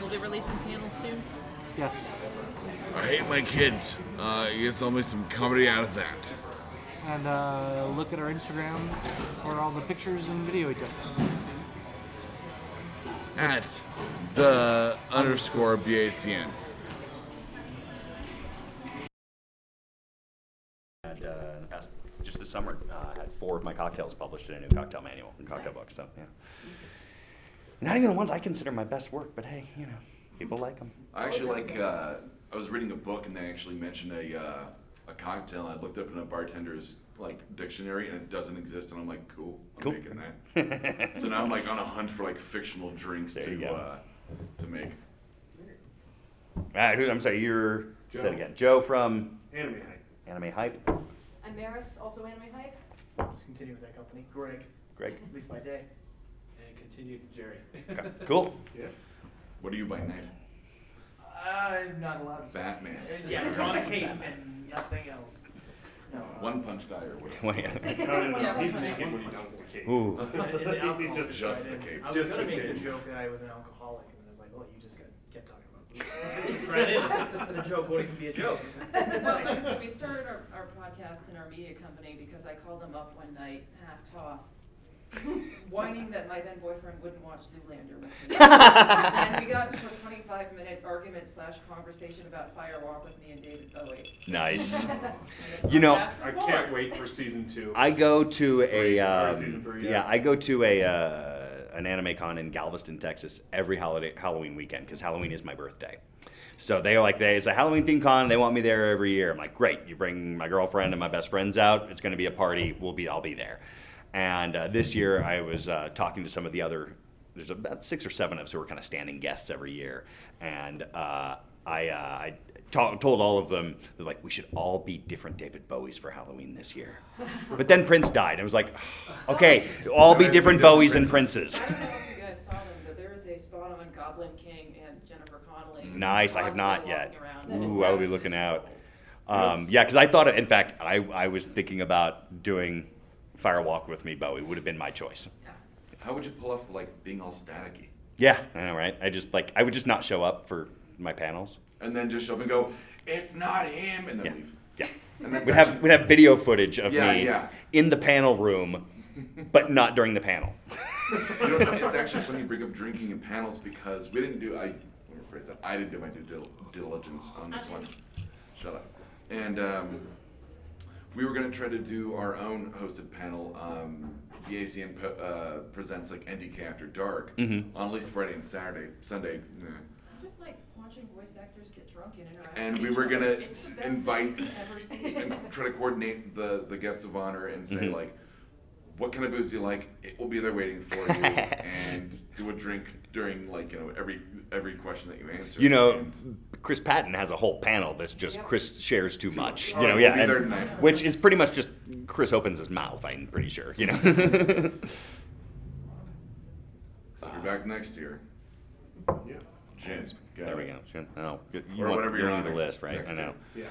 Speaker 2: We'll be releasing panels soon.
Speaker 3: Yes.
Speaker 5: I hate my kids. Uh, I guess I'll make some comedy out of that.
Speaker 3: And uh, look at our Instagram for all the pictures and video we took.
Speaker 5: At the underscore BACN.
Speaker 6: had uh, in the past, just this summer, uh, had four of my cocktails published in a new cocktail manual and cocktail book. So yeah, not even the ones I consider my best work, but hey, you know, people like them.
Speaker 1: I actually like. Uh, I was reading a book and they actually mentioned a uh, a cocktail. And I looked up in a bartender's like dictionary and it doesn't exist. And I'm like, cool, I'm
Speaker 6: Cool.
Speaker 1: making that.
Speaker 6: *laughs*
Speaker 1: so now I'm like on a hunt for like fictional drinks
Speaker 6: There you
Speaker 1: to
Speaker 6: go.
Speaker 1: uh, to make.
Speaker 6: Uh, who- I'm sorry, you're say
Speaker 7: Joe.
Speaker 6: that again, Joe from
Speaker 7: Anime hype.
Speaker 6: Anime Hype.
Speaker 8: I'm Maris, also anime hype.
Speaker 7: Just continue with that company. Greg,
Speaker 6: Greg,
Speaker 7: at least by day, and continue to Jerry.
Speaker 6: okay. cool. *laughs*
Speaker 7: yeah.
Speaker 1: What are you by night?
Speaker 7: I'm not allowed to.
Speaker 1: Batman.
Speaker 7: say- Yeah, drawing a cape and nothing else. No. uh,
Speaker 1: One Punch Guy or whatever.
Speaker 6: Well, yeah.
Speaker 9: No, no, no. He's naked when he downs the cake.
Speaker 6: Ooh,
Speaker 9: *laughs*
Speaker 7: and the alcohol
Speaker 9: Just-
Speaker 7: decided-
Speaker 1: just the cape.
Speaker 7: I was
Speaker 9: Just
Speaker 7: gonna
Speaker 9: the
Speaker 7: make the
Speaker 9: cape.
Speaker 7: joke that I was an alcoholic, and then I was like, "Oh, you just got kept talking about booze." Right? The joke, what it can be a joke.
Speaker 2: *laughs*
Speaker 8: Well, we started our, our podcast and our media company because I called him up one night, half tossed, *laughs* whining that my then boyfriend wouldn't watch Zoolander with me. And we got into a twenty-five minute argument slash conversation about Fire Walk with me and David Bowie.
Speaker 6: nice.
Speaker 8: And the
Speaker 6: You know,
Speaker 8: podcast was
Speaker 9: I
Speaker 8: born.
Speaker 9: can't wait for season two.
Speaker 6: I go to a
Speaker 9: Three, or
Speaker 6: um,
Speaker 9: season three,
Speaker 6: yeah.
Speaker 9: yeah.
Speaker 6: I go to a uh, an anime con in Galveston, Texas, every holiday Halloween weekend because Halloween is my birthday. So they're like, they, it's a Halloween themed con. They want me there every year. I'm like, great. You bring my girlfriend and my best friends out. It's going to be a party. We'll be, I'll be there. And uh, this year, I was uh, talking to some of the other. There's about six or seven of us who are kind of standing guests every year, and uh, I, uh, I ta- told all of them that like we should all be different David Bowies for Halloween this year. But then Prince died. I was like, okay, all be different Bowies and princes.
Speaker 8: I don't know if you guys saw them, but there is a spot on Goblin King and Jennifer Connelly.
Speaker 6: Nice. I have not
Speaker 8: Possibly
Speaker 6: yet.
Speaker 8: walking around. That is
Speaker 6: Ooh, I will be looking
Speaker 8: absolutely
Speaker 6: out.
Speaker 8: cool.
Speaker 6: Um, yeah, because I thought, in fact, I, I was thinking about doing Firewalk with me, Bowie would have been my choice.
Speaker 8: Yeah.
Speaker 1: How would you pull off like being all staticky?
Speaker 6: Yeah, I know, right? I just like I would just not show up for my panels.
Speaker 1: And then just show up and go, it's not him, and then
Speaker 6: Yeah,
Speaker 1: leave.
Speaker 6: yeah.
Speaker 1: And that's
Speaker 6: We'd have
Speaker 1: actually-
Speaker 6: we'd have video footage of
Speaker 1: Yeah,
Speaker 6: me
Speaker 1: yeah.
Speaker 6: in the panel room, but not during the panel.
Speaker 1: You know, it's actually funny you bring up drinking in panels because we didn't do, I, let me rephrase that, I didn't do my due dil- diligence on this one. Shut up. And um, we were going to try to do our own hosted panel. Um, the ACN po- uh, presents like NDK After Dark on at least Friday and Saturday, Sunday. eh.
Speaker 8: I just like watching voice actors get drunk and interact.
Speaker 1: And
Speaker 8: with
Speaker 1: we
Speaker 8: each
Speaker 1: were
Speaker 8: other.
Speaker 1: gonna
Speaker 8: It's the best thing
Speaker 1: invite-
Speaker 8: I've ever seen.
Speaker 1: and try to coordinate the the guests of honor and say
Speaker 6: Mhm.
Speaker 1: like, what kind of booze do you like? It will be there waiting for
Speaker 6: *laughs*
Speaker 1: you, and do a drink during like you know every every question that you answer.
Speaker 6: You know,
Speaker 1: And-
Speaker 6: Chris Patton has a whole panel that's just Chris shares too much. You
Speaker 1: Oh,
Speaker 6: know,
Speaker 1: we'll
Speaker 6: yeah,
Speaker 1: be there
Speaker 6: and-
Speaker 1: tonight.
Speaker 6: which is pretty much just Chris opens his mouth. I'm pretty sure. You know. *laughs*
Speaker 1: so you're back next year.
Speaker 9: Yeah.
Speaker 1: Jim,
Speaker 6: there we go. Sure. Oh, you, you
Speaker 1: Or
Speaker 6: want,
Speaker 1: whatever
Speaker 6: you're
Speaker 1: your
Speaker 6: on the
Speaker 1: honors.
Speaker 6: list, right? I
Speaker 1: Next
Speaker 6: know.
Speaker 9: Yeah.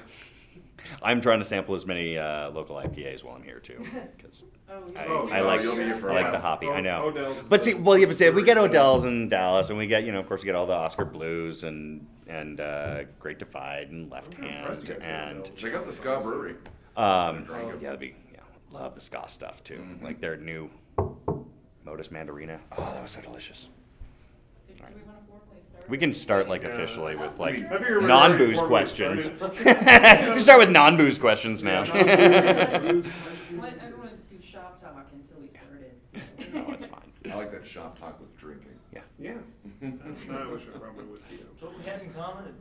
Speaker 6: *laughs* I'm trying to sample as many uh, local IPAs while I'm here too, because
Speaker 8: Oh,
Speaker 6: I,
Speaker 8: yeah.
Speaker 9: Oh,
Speaker 6: I
Speaker 9: yeah,
Speaker 6: like
Speaker 9: you'll be here
Speaker 6: I
Speaker 9: for a
Speaker 6: like the
Speaker 9: while.
Speaker 6: hoppy. I
Speaker 9: O-
Speaker 6: know.
Speaker 9: Odell's is
Speaker 6: but see,
Speaker 9: the-
Speaker 6: well, yeah, but see, we get
Speaker 9: Brewery.
Speaker 6: Odell's in Dallas, and we get you know, of course, we get all the Oscar Blues and and uh, Great Divide and Left Hand and
Speaker 1: Check out the Ska Brewery.
Speaker 6: um, yeah, that'd be yeah, love the ska stuff too.
Speaker 9: Mm-hmm.
Speaker 6: Like their new Modus Mandarina. Oh, that was so delicious.
Speaker 8: Do do we want to foreplay start?
Speaker 6: We can start like
Speaker 9: Yeah.
Speaker 6: officially with like
Speaker 9: I figure we're already
Speaker 6: non-booze
Speaker 9: four weeks
Speaker 6: questions. *laughs*
Speaker 9: started. *laughs*
Speaker 6: we start with non-booze questions now. *laughs*
Speaker 9: Non-booze
Speaker 8: I
Speaker 9: questions.
Speaker 8: want- I don't want to do shop talk until we started. so-
Speaker 6: *laughs* no, it's
Speaker 9: *laughs*
Speaker 6: fine.
Speaker 1: I like that shop talk with drinking.
Speaker 9: Yeah. I wish I brought my whiskey
Speaker 7: So what we have in common,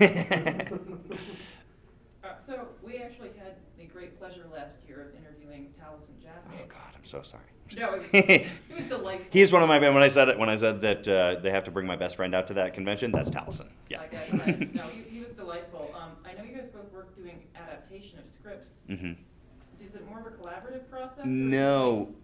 Speaker 6: Oh,
Speaker 8: Uh, So we actually had the great pleasure last year of interviewing Taliesin
Speaker 6: Oh
Speaker 8: Jaffe.
Speaker 6: God, I'm so sorry.
Speaker 8: No,
Speaker 6: *laughs*
Speaker 8: it was- it was delightful.
Speaker 6: He's one of my when I said it when I said that uh, they have to bring my best friend out to that convention. That's Taliesin. Yeah.
Speaker 8: Like that, nice. No, he, he was delightful. Um, I know you guys both work doing adaptation of scripts.
Speaker 6: hmm
Speaker 8: Is it more of a collaborative process? or-
Speaker 6: No.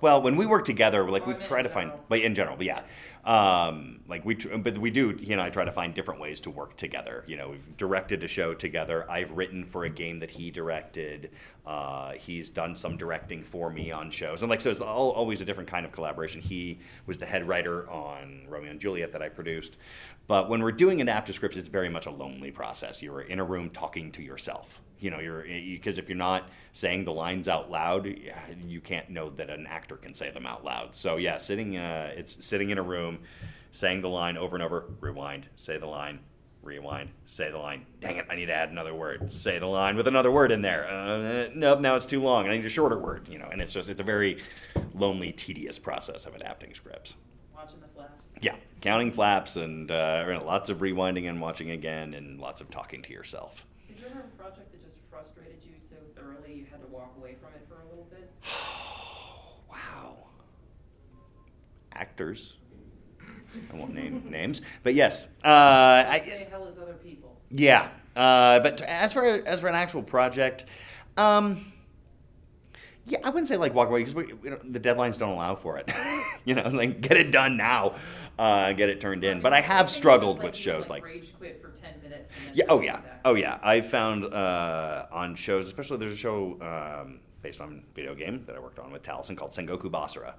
Speaker 6: Well, when we work together, like
Speaker 8: Oh, I
Speaker 6: we've
Speaker 8: meant
Speaker 6: tried
Speaker 8: in
Speaker 6: to find,
Speaker 8: general.
Speaker 6: but in general, but yeah, um, like we, tr- but we do. He and I try to find different ways to work together. You know, we've directed a show together. I've written for a game that he directed. Uh, he's done some directing for me on shows, and like so, it's all, always a different kind of collaboration. He was the head writer on Romeo and Juliet that I produced, but when we're doing an adaptive script, it's very much a lonely process. You're in a room talking to yourself you know you're because if you're not saying the lines out loud you can't know that an actor can say them out loud so yeah sitting uh, it's sitting in a room saying the line over and over rewind say the line rewind say the line dang it i need to add another word say the line with another word in there uh, nope now it's too long i need a shorter word you know and it's just it's a very lonely tedious process of adapting scripts
Speaker 8: Watching the flaps.
Speaker 6: yeah counting flaps and uh, lots of rewinding and watching again and lots of talking to yourself
Speaker 8: Did you ever have a project that just frustrated you so thoroughly you had to walk away from it for a little bit?
Speaker 6: Wow. Actors. I won't name *laughs* names, but yes. Uh, I,
Speaker 8: Say hell is other people.
Speaker 6: yeah. Uh, but as for as for an actual project, um, yeah, I wouldn't say like walk away because we, we don't, the deadlines don't allow for it. *laughs* you know, it's like get it done now, uh, get it turned in. But I have struggled with shows like
Speaker 8: Rage quit for ten minutes. and then
Speaker 6: yeah. Oh
Speaker 8: come
Speaker 6: yeah.
Speaker 8: back. *laughs*
Speaker 6: Oh yeah. I found uh, on shows, especially there's a show um, based on video game that I worked on with Taliesin called Sengoku Basara,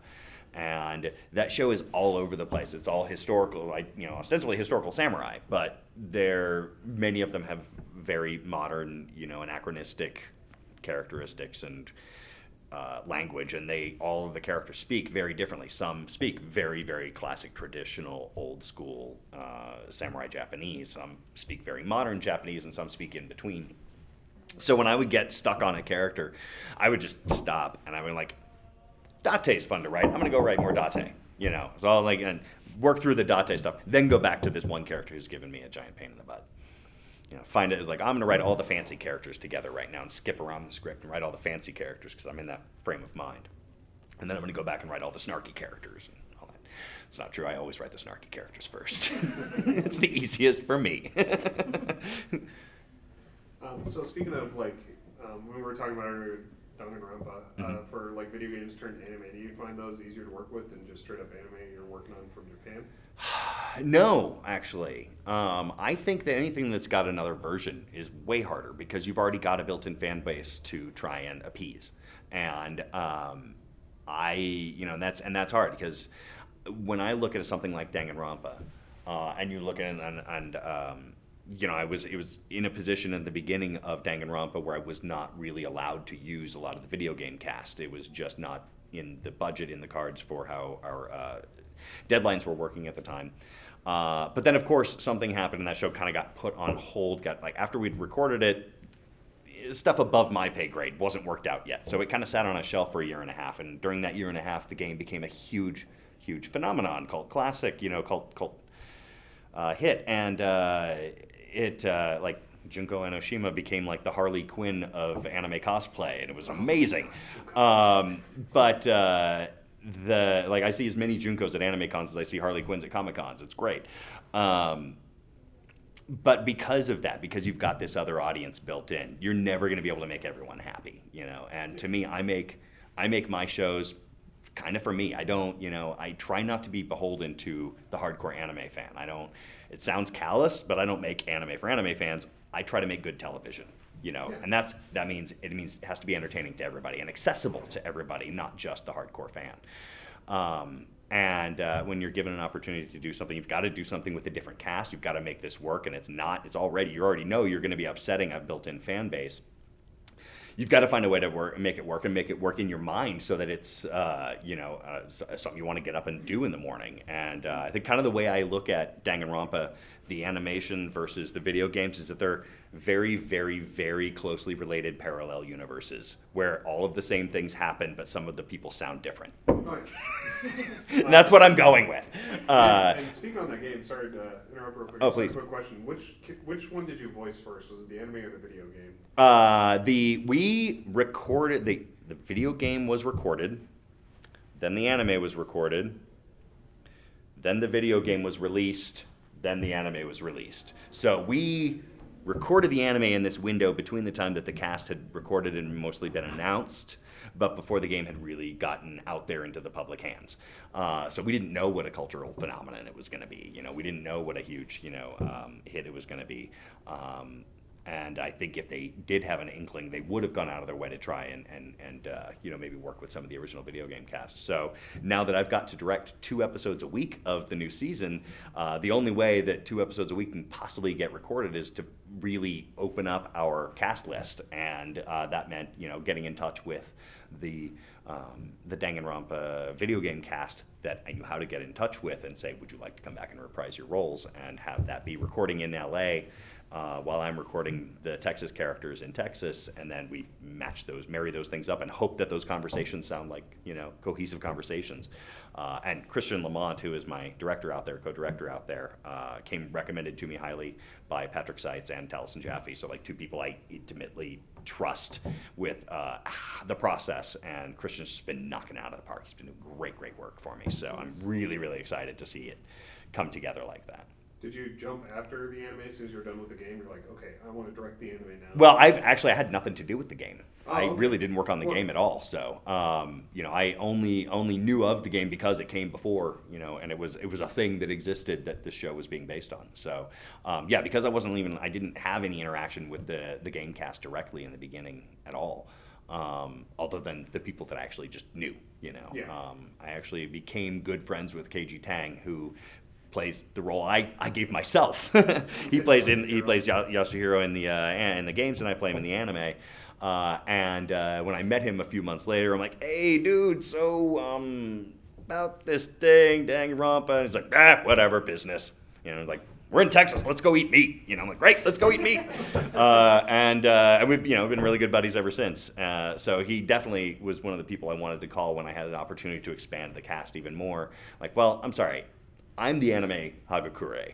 Speaker 6: and that show is all over the place. It's all historical, like you know, ostensibly historical samurai, but there many of them have very modern, you know, anachronistic characteristics and uh, language, and they all of the characters speak very differently. Some speak very, very classic, traditional, old school uh, samurai Japanese. Some speak very modern Japanese, and some speak in between. So when I would get stuck on a character, I would just stop and I would like, Date's fun to write. I'm gonna go write more Date. You know, so I'll like and work through the Date stuff, then go back to this one character who's given me a giant pain in the butt you know, find it is like I'm gonna write all the fancy characters together right now and skip around the script and write all the fancy characters because I'm in that frame of mind, and then I'm gonna go back and write all the snarky characters and all that. It's not true. I always write the snarky characters first. *laughs* it's the easiest for me. *laughs*
Speaker 9: Um, so speaking of like, um, when we were talking about our Danganronpa,
Speaker 6: Mm-hmm.
Speaker 9: uh, for like video games turned anime, do you find those easier to work with than just straight up anime you're working on from Japan?
Speaker 6: no, actually, um, I think that anything that's got another version is way harder because you've already got a built-in fan base to try and appease, and um, I, you know, and that's and that's hard because when I look at something like Danganronpa, uh, and you look at it and, and um, you know, I was it was in a position at the beginning of Danganronpa where I was not really allowed to use a lot of the video game cast. It was just not in the budget in the cards for how our uh, deadlines were working at the time. Uh, but then, of course, something happened, and that show kind of got put on hold. Got like after we'd recorded it, stuff above my pay grade wasn't worked out yet. So it kind of sat on a shelf for a year and a half. And during that year and a half, the game became a huge, huge phenomenon, cult classic, you know, cult cult uh, hit. And uh, it uh, like Junko Enoshima became like the Harley Quinn of anime cosplay, and it was amazing. Um, but uh, the like I see as many Junkos at anime cons as I see Harley Quinns at comic cons. It's great. Um, but because of that, because you've got this other audience built in, you're never going to be able to make everyone happy, you know. And to me, I make I make my shows kind of for me. I don't, you know, I try not to be beholden to the hardcore anime fan. I don't. It sounds callous, but I don't make anime for anime fans. I try to make good television, you know, and that's that means it means it has to be entertaining to everybody and accessible to everybody, not just the hardcore fan. Um, and uh, when you're given an opportunity to do something, you've got to do something with a different cast. You've got to make this work, and it's not. It's already you already know you're going to be upsetting a built-in fan base you've got to find a way to work, make it work, and make it work in your mind so that it's uh, you know uh, s- something you want to get up and do in the morning. And uh, I think kind of the way I look at Danganronpa, the animation versus the video games, is that they're very, very, very closely related parallel universes where all of the same things happen, but some of the people sound different.
Speaker 9: Oh, yeah.
Speaker 6: And that's what I'm going with. Uh,
Speaker 9: and, and speaking on that game, sorry to interrupt real quick.
Speaker 6: Oh,
Speaker 9: just a
Speaker 6: please.
Speaker 9: Quick question: Which ki- which one did you voice first? Was it the anime or the video game?
Speaker 6: Uh, the we recorded the the video game was recorded, then the anime was recorded, then the video game was released, then the anime was released. So we recorded the anime in this window between the time that the cast had recorded and mostly been announced, but before the game had really gotten out there into the public hands. Uh, so we didn't know what a cultural phenomenon it was going to be. You know, we didn't know what a huge you know um, hit it was going to be. Um, and I think if they did have an inkling, they would have gone out of their way to try and and and uh, you know maybe work with some of the original video game cast. So now that I've got to direct two episodes a week of the new season, uh, the only way that two episodes a week can possibly get recorded is to really open up our cast list, and uh, that meant you know getting in touch with the um, the Danganronpa video game cast that I knew how to get in touch with and say, would you like to come back and reprise your roles and have that be recording in LA uh, while I'm recording the Texas characters in Texas, and then we match those, marry those things up, and hope that those conversations sound like you know cohesive conversations. Uh, and Christian Lamont, who is my director out there, co-director out there, uh, came recommended to me highly by Patrick Seitz and Taliesin Jaffe, so like two people I intimately trust with uh, the process. And Christian's just been knocking it out of the park. He's been doing great, great work for me. So I'm really, really excited to see it come together like that.
Speaker 9: Did you jump after the anime as soon as you're done with the game? You're like, okay, I want to direct the anime now.
Speaker 6: Well, I've actually I had nothing to do with the game.
Speaker 9: Oh,
Speaker 6: I
Speaker 9: okay.
Speaker 6: really didn't work on the
Speaker 9: Well-
Speaker 6: game at all. So, um, you know, I only only knew of the game because it came before, you know, and it was it was a thing that existed that the show was being based on. So, um, yeah, because I wasn't even I didn't have any interaction with the the game cast directly in the beginning at all. Um, other than the people that I actually just knew, you know.
Speaker 9: Yeah.
Speaker 6: Um, I actually became good friends with KG Tang, who plays the role I, I gave myself. *laughs* he plays in he plays Ya- Yasuhiro in the uh, an- in the games, and I play him in the anime. Uh, and uh, when I met him a few months later, I'm like, "Hey, dude, so um about this thing, dang Rampa." And he's like, "Ah, whatever, business." You know, like we're in Texas, let's go eat meat. You know, I'm like, "Great, let's go eat meat." uh, and uh, and we've you know been really good buddies ever since. Uh, so he definitely was one of the people I wanted to call when I had an opportunity to expand the cast even more. Like, well, I'm sorry, I'm the anime Hagakure.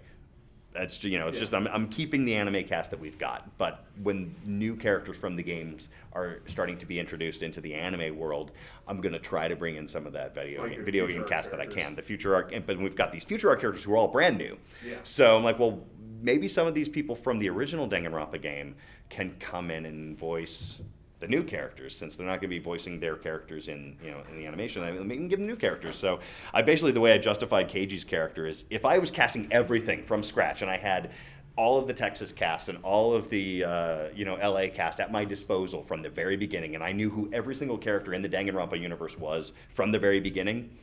Speaker 6: That's ju- you know, it's just I'm, I'm keeping the anime cast that we've got, but when new characters from the games are starting to be introduced into the anime world, I'm gonna try to bring in some of that video
Speaker 9: Like
Speaker 6: game,
Speaker 9: your
Speaker 6: video
Speaker 9: future
Speaker 6: game cast that I
Speaker 9: characters.
Speaker 6: can. The future arc, and- but we've got these future arc characters who are all brand new.
Speaker 9: Yeah.
Speaker 6: So I'm like, well, maybe some of these people from the original Danganronpa game can come in and voice the new characters since they're not going to be voicing their characters in you know in the animation. I mean, we can give them new characters. So I basically the way I justified Keiji's character is if I was casting everything from scratch and I had all of the Texas cast and all of the uh, you know LA cast at my disposal from the very beginning, and I knew who every single character in the Danganronpa universe was from the very beginning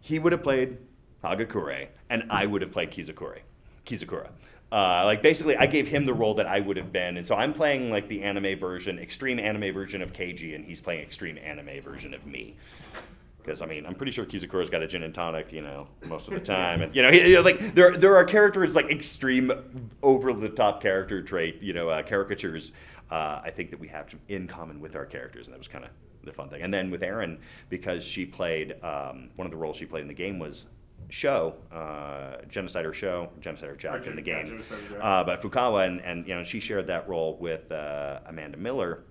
Speaker 6: he would have played Hagakure, and I would have played Kizakure. Kizakura. Uh, like basically, I gave him the role that I would have been, and so I'm playing like the anime version, extreme anime version of KG, and he's playing extreme anime version of me. Because I mean, I'm pretty sure Kizakura's got a gin and tonic, you know, most of the time, and you know, he, you know, like there there are characters like extreme, over the top character trait, you know, uh, caricatures. Uh, I think that we have in common with our characters, and that was kind of the fun thing. And then with Erin, because she played um, one of the roles she played in the game was show, uh, genocider show, genocider Jack in the
Speaker 9: Gen-
Speaker 6: game,
Speaker 9: Genocider Jack.
Speaker 6: uh, but Fukawa, and, and you know, she shared that role with uh, Amanda Miller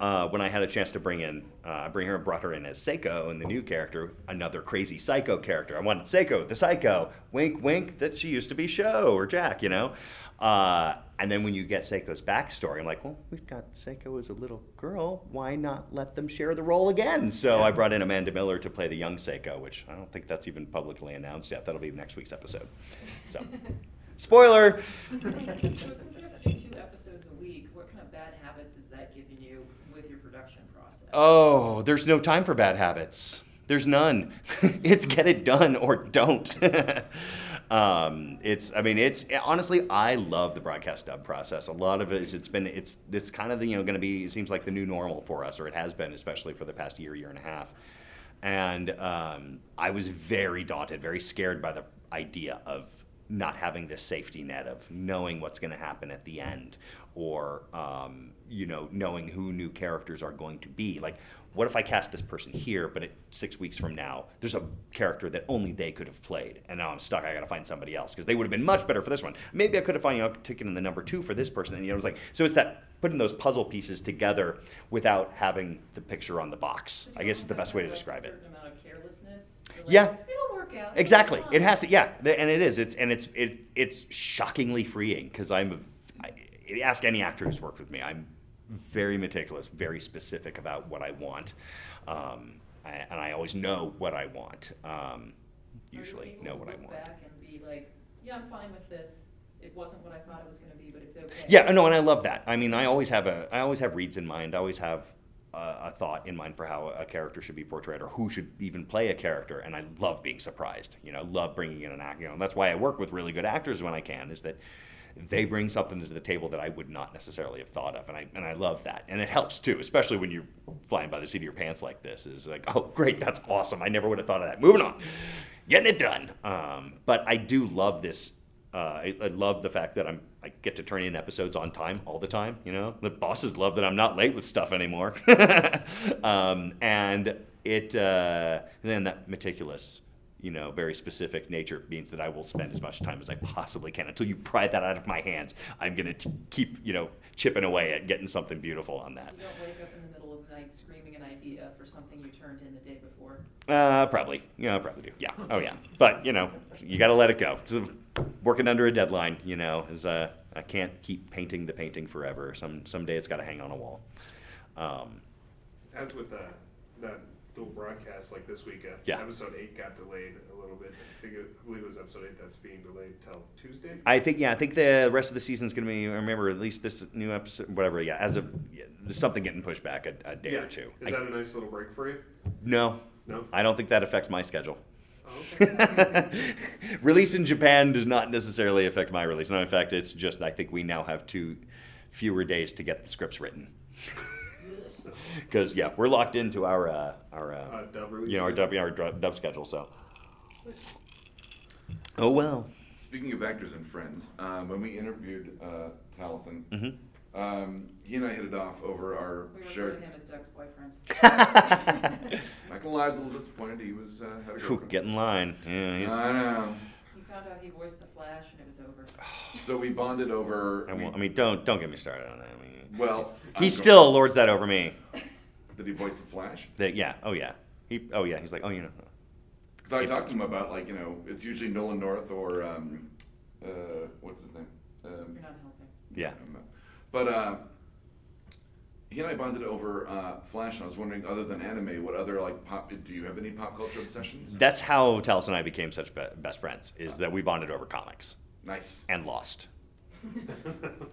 Speaker 6: uh, when I had a chance to bring in, uh, bring her, brought her in as Seiko in the new character, another crazy psycho character. I wanted Seiko, the psycho, wink, wink, that she used to be Show or Jack, you know. Uh, and then when you get Seiko's backstory, I'm like, well, we've got Seiko as a little girl. Why not let them share the role again? So I brought in Amanda Miller to play the young Seiko, which I don't think that's even publicly announced yet. That'll be next week's episode. So, spoiler.
Speaker 8: So since you have to do two episodes a week, what kind of bad habits is that giving you with your production process?
Speaker 6: Oh, there's no time for bad habits. There's none. *laughs* it's get it done or don't. *laughs* um, it's. I mean, it's honestly, I love the broadcast dub process. A lot of it is. It's been. It's. It's kind of the, you know going to be. It seems like the new normal for us, or it has been, especially for the past year, year and a half. And um, I was very daunted, very scared by the idea of not having this safety net of knowing what's going to happen at the end or um, you know knowing who new characters are going to be like what if i cast this person here but it, six weeks from now there's a character that only they could have played and now i'm stuck i gotta find somebody else because they would have been much better for this one maybe i could have found you know, taken in the number two for this person and you know it was like so it's that putting those puzzle pieces together without having the picture on the box i guess is the best way to describe it
Speaker 8: Certain amount of carelessness. You're like,
Speaker 6: Yeah.
Speaker 8: It'll work out.
Speaker 6: Exactly. It
Speaker 8: It's
Speaker 6: has to. Yeah, th- and it is. It's and it's it it's shockingly freeing because I'm. a- I, ask any actor who's worked with me. I'm very meticulous, very specific about what I want, um, I- and I always know what I want. Um,
Speaker 8: fine. Are you
Speaker 6: usually,
Speaker 8: able
Speaker 6: know
Speaker 8: to
Speaker 6: what I
Speaker 8: look
Speaker 6: want.
Speaker 8: Back and be like, yeah, I'm fine with this. It wasn't what I thought it was gonna be, but it's okay.
Speaker 6: Yeah, no, and I love that. I mean, I always have a, I always have reads in mind. I always have a, a thought in mind for how a character should be portrayed or who should even play a character. And I love being surprised. You know, I love bringing in an actor. You know, and that's why I work with really good actors when I can. Is that they bring something to the table that I would not necessarily have thought of, and I and I love that, and it helps too, especially when you're flying by the seat of your pants like this. Is like, oh, great, that's awesome. I never would have thought of that. Moving on, getting it done. Um, but I do love this uh, I, I love the fact that I'm I get to turn in episodes on time all the time. You know, the bosses love that I'm not late with stuff anymore. *laughs* um, and it uh, and then that meticulous, you know, very specific nature means that I will spend as much time as I possibly can until you pry that out of my hands. I'm gonna t- keep you know chipping away at getting something beautiful on that.
Speaker 8: You don't wake up in the middle of the night screaming an idea for something you turned in the day before.
Speaker 6: Uh, probably. Yeah, I probably do. Yeah. Oh, yeah. But you know, you got to let it go. It's uh, working under a deadline. You know, is uh, I can't keep painting the painting forever. Some someday it's got to hang on a wall. Um,
Speaker 9: As with that, that dual broadcast, like this weekend,
Speaker 6: Yeah.
Speaker 9: episode eight got delayed a little bit. I think it, I believe it was episode eight that's being delayed till Tuesday.
Speaker 6: I think yeah, I think the rest of the season's gonna be. I remember at least this new episode, whatever. Yeah, as of yeah, there's something getting pushed back a, a day
Speaker 9: yeah.
Speaker 6: or two.
Speaker 9: Is
Speaker 6: I-
Speaker 9: that a nice little break for you?
Speaker 6: no,
Speaker 9: No.
Speaker 6: I don't think that affects my schedule.
Speaker 9: Oh, okay.
Speaker 6: *laughs* release in Japan does not necessarily affect my release. No, in fact, it's just I think we now have two fewer days to get the scripts written. *laughs* Because yeah, we're locked into our uh, our uh,
Speaker 9: uh, dub release.
Speaker 6: you know our
Speaker 9: *laughs*
Speaker 6: dub our dub dub schedule. So oh well.
Speaker 1: Speaking of actors and friends, um, when we interviewed uh, Taliesin,
Speaker 6: Mm-hmm.
Speaker 1: um, he and I hit it off over our
Speaker 8: We refer to
Speaker 1: shared.
Speaker 8: him as Doug's
Speaker 6: *laughs*
Speaker 8: boyfriend.
Speaker 1: Michael Lives a little disappointed. He was uh, had a
Speaker 6: *laughs* Phew,
Speaker 1: girlfriend.
Speaker 6: get in line. Yeah, he's,
Speaker 1: I know.
Speaker 8: He found out he voiced the Flash and it was over.
Speaker 1: So we bonded over.
Speaker 6: I, won't- I mean, don't don't get me started on that. I mean,
Speaker 1: well, I'm
Speaker 6: he
Speaker 1: going-
Speaker 6: still lords that over me.
Speaker 1: did he voice the Flash?
Speaker 6: That yeah, oh yeah, he oh yeah, he's like oh you know.
Speaker 1: Because I
Speaker 6: Keep
Speaker 1: talked to him about like you know it's usually Nolan North or um, uh, what's his name? Um,
Speaker 8: You're not helping.
Speaker 6: Yeah.
Speaker 1: I don't know. But uh, he and I bonded over uh, Flash, and I was wondering, other than anime, what other like pop? Do you have any pop culture obsessions?
Speaker 6: That's how Talos and I became such be- best friends. Is that we bonded over comics.
Speaker 1: Nice.
Speaker 6: and Lost.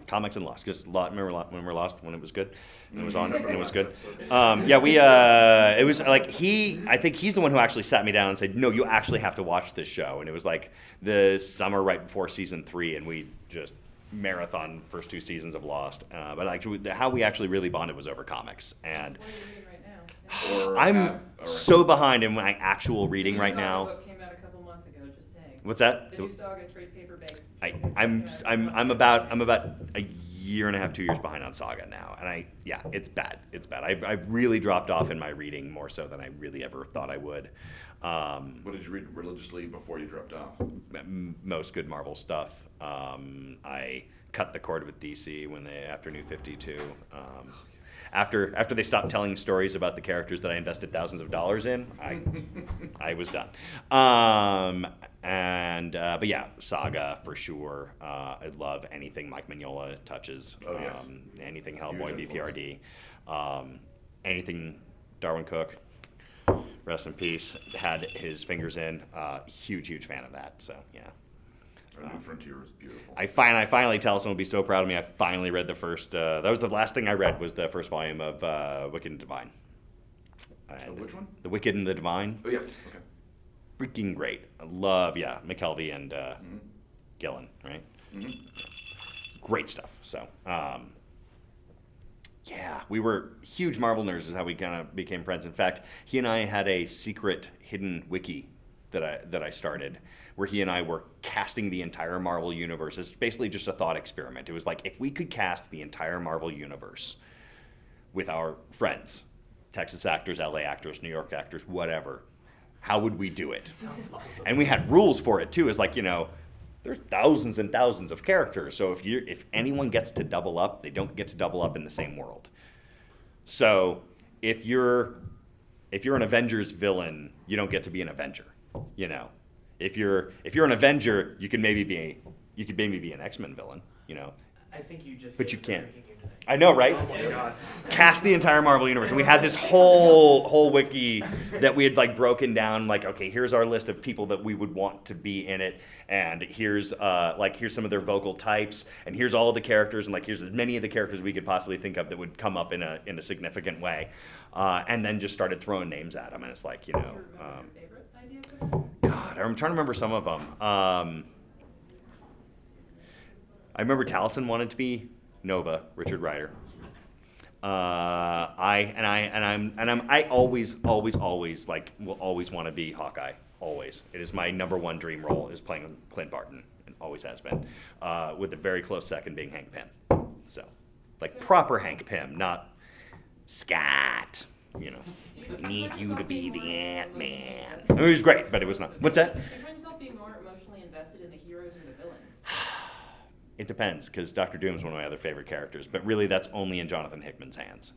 Speaker 6: Comics and Lost, because lot remember lot remember Lost when it was good, and it was on, and it was good. Um, yeah, we uh, it was like he, I think he's the one who actually sat me down and said, "No, you actually have to watch this show." And it was like the summer right before season three, and we just marathon first two seasons of Lost. Uh, but actually, the, how we actually really bonded was over comics, and
Speaker 8: What are you reading right now?
Speaker 1: Or
Speaker 6: I'm
Speaker 1: have- or-
Speaker 6: so behind in my actual reading right
Speaker 8: Saga
Speaker 6: now.
Speaker 8: book came out a couple months ago, just saying.
Speaker 6: What's that?
Speaker 8: The new Saga trade paperback.
Speaker 6: I, I'm I'm I'm about I'm about a year and a half, two years behind on Saga now, and I yeah, it's bad, it's bad. I've, I've really dropped off in my reading more so than I really ever thought I would. Um,
Speaker 1: What did you read religiously before you dropped off?
Speaker 6: m- most good Marvel stuff. Um, I cut the cord with DC when they after New Fifty Two. Um, after after they stopped telling stories about the characters that I invested thousands of dollars in, I I was done. Um, and uh, but yeah, Saga for sure. Uh, I love anything Mike Mignola touches.
Speaker 1: Oh, yes.
Speaker 6: um, anything
Speaker 1: Huge
Speaker 6: Hellboy,
Speaker 1: influence.
Speaker 6: BPRD, um, anything Darwin Cook. Rest in peace. Had his fingers in. Uh, huge, huge fan of that. So yeah.
Speaker 1: Our New Frontier was beautiful.
Speaker 6: Uh, I find I finally tell someone will be so proud of me. I finally read the first. Uh, that was the last thing I read was the first volume of uh, Wicked and Divine. And
Speaker 1: which one?
Speaker 6: The Wicked and the Divine.
Speaker 1: oh yeah. Okay.
Speaker 6: Freaking great. I love yeah McKelvey and uh, Gillen right. Great stuff. So um, yeah, we were huge Marvel nerds. Is how we kind of became friends. In fact, he and I had a secret hidden wiki that I that I started, where he and I were casting the entire Marvel universe. It's basically just a thought experiment. It was like if we could cast the entire Marvel universe with our friends, Texas actors, LA actors, New York actors, whatever, how would we do it? And we had rules for it too. It's like you know. There's thousands and thousands of characters, so if you if anyone gets to double up, they don't get to double up in the same world. So if you're if you're an Avengers villain, you don't get to be an Avenger. You know, if you're if you're an Avenger, you can maybe be you could maybe be an X Men villain. You know,
Speaker 7: I think you just.
Speaker 6: But
Speaker 7: gave
Speaker 6: you
Speaker 7: us a
Speaker 6: can't.
Speaker 7: drinking game tonight.
Speaker 6: I know, right?
Speaker 7: Oh my god.
Speaker 6: Cast the entire Marvel universe, and we had this whole whole wiki that we had like broken down. Like, okay, here's our list of people that we would want to be in it, and here's uh, like here's some of their vocal types, and here's all the characters, and like here's as many of the characters we could possibly think of that would come up in a in a significant way, uh, and then just started throwing names at them, and it's like you
Speaker 8: Do
Speaker 6: know.
Speaker 8: you remember
Speaker 6: Um,
Speaker 8: your favorite idea for that?
Speaker 6: God, I'm trying to remember some of them. Um, I remember Taliesin wanted to be Nova, Richard Ryder. Uh, I and I and I'm and I'm I always always always like will always want to be Hawkeye. Always, it is my number one dream role is playing Clint Barton, and always has been. Uh, with a very close second being Hank Pym. So, like proper Hank Pym, not Scott. You know, need you to be the Ant Man. I mean, it was great, but it was not. What's that?
Speaker 8: Do you find yourself being more emotionally invested in the heroes and the villains?
Speaker 6: It depends, because Doctor Doom is one of my other favorite characters, but really that's only in Jonathan Hickman's hands.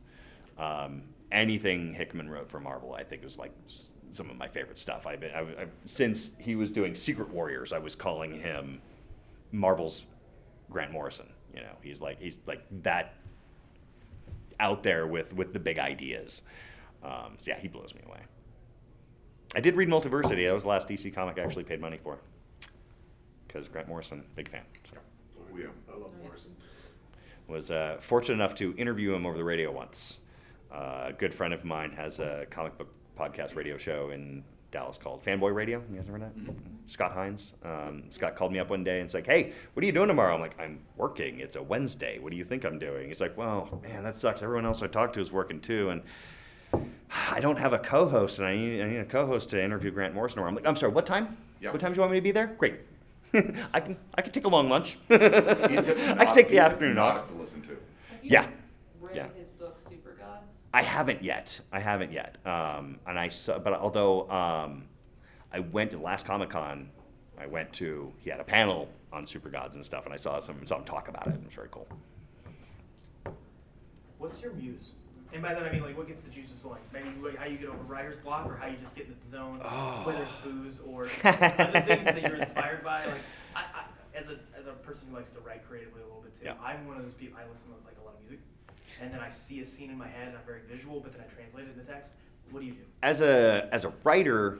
Speaker 6: Um, anything Hickman wrote for Marvel, I think, was like s- some of my favorite stuff. I've been, I, I, since he was doing Secret Warriors, I was calling him Marvel's Grant Morrison. You know, he's like he's like that out there with with the big ideas. Um, so yeah, he blows me away. I did read Multiversity. That was the last DC comic I actually paid money for, because Grant Morrison, big fan. so
Speaker 1: Oh,
Speaker 6: *laughs*
Speaker 1: yeah.
Speaker 9: I love Morrison. *laughs*
Speaker 6: was uh, fortunate enough to interview him over the radio once. Uh, a good friend of mine has a comic book podcast radio show in Dallas called Fanboy Radio. You guys remember that? Scott Hines. Um, Scott called me up one day and was like, "Hey, what are you doing tomorrow?" I'm like, "I'm working. It's a Wednesday. What do you think I'm doing?" He's like, "Well, man, that sucks. Everyone else I talk to is working too, and I don't have a co-host, and I need, I need a co-host to interview Grant Morrison." Or I'm like, "I'm sorry. What time?
Speaker 1: Yeah.
Speaker 6: What time do you want me to be there? Great." *laughs* I can I can take a long lunch. *laughs*
Speaker 1: He's hypnotic-
Speaker 6: I can take the
Speaker 1: he's
Speaker 6: afternoon
Speaker 1: hypnotic
Speaker 6: off.
Speaker 1: to listen to.
Speaker 8: Have you
Speaker 6: Yeah.
Speaker 8: Read
Speaker 6: Yeah.
Speaker 8: his book Super Gods.
Speaker 6: I haven't yet. I haven't yet. Um, and I saw, but although um, I went to last Comic Con, I went to he had a panel on super gods and stuff, and I saw some saw him talk about it. and It was very cool.
Speaker 7: What's your muse? And by that I mean like what gets the juices flowing? Maybe like, how you get over writer's block or how you just get in the zone,
Speaker 6: Ah.
Speaker 7: whether it's booze or other things that you're inspired by. Like I, I, as a as a person who likes to write creatively a little bit too,
Speaker 6: Yeah.
Speaker 7: I'm one of those people. I listen to like a lot of music, and then I see a scene in my head and I'm very visual, but then I translate it into text. What do you do?
Speaker 6: *laughs* as a as a writer,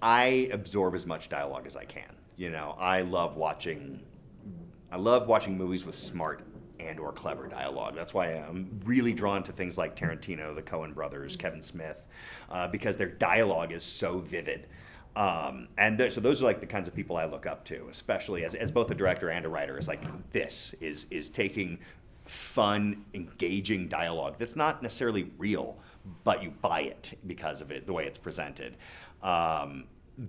Speaker 6: I absorb as much dialogue as I can. You know, I love watching I love watching movies with smart and or clever dialogue. That's why I'm really drawn to things like Tarantino, the Coen brothers, Kevin Smith, uh, because their dialogue is so vivid. Um, and th- so those are like the kinds of people I look up to, especially as, as both a director and a writer. It's like this is is taking fun, engaging dialogue that's not necessarily real, but you buy it because of it the way it's presented. Um,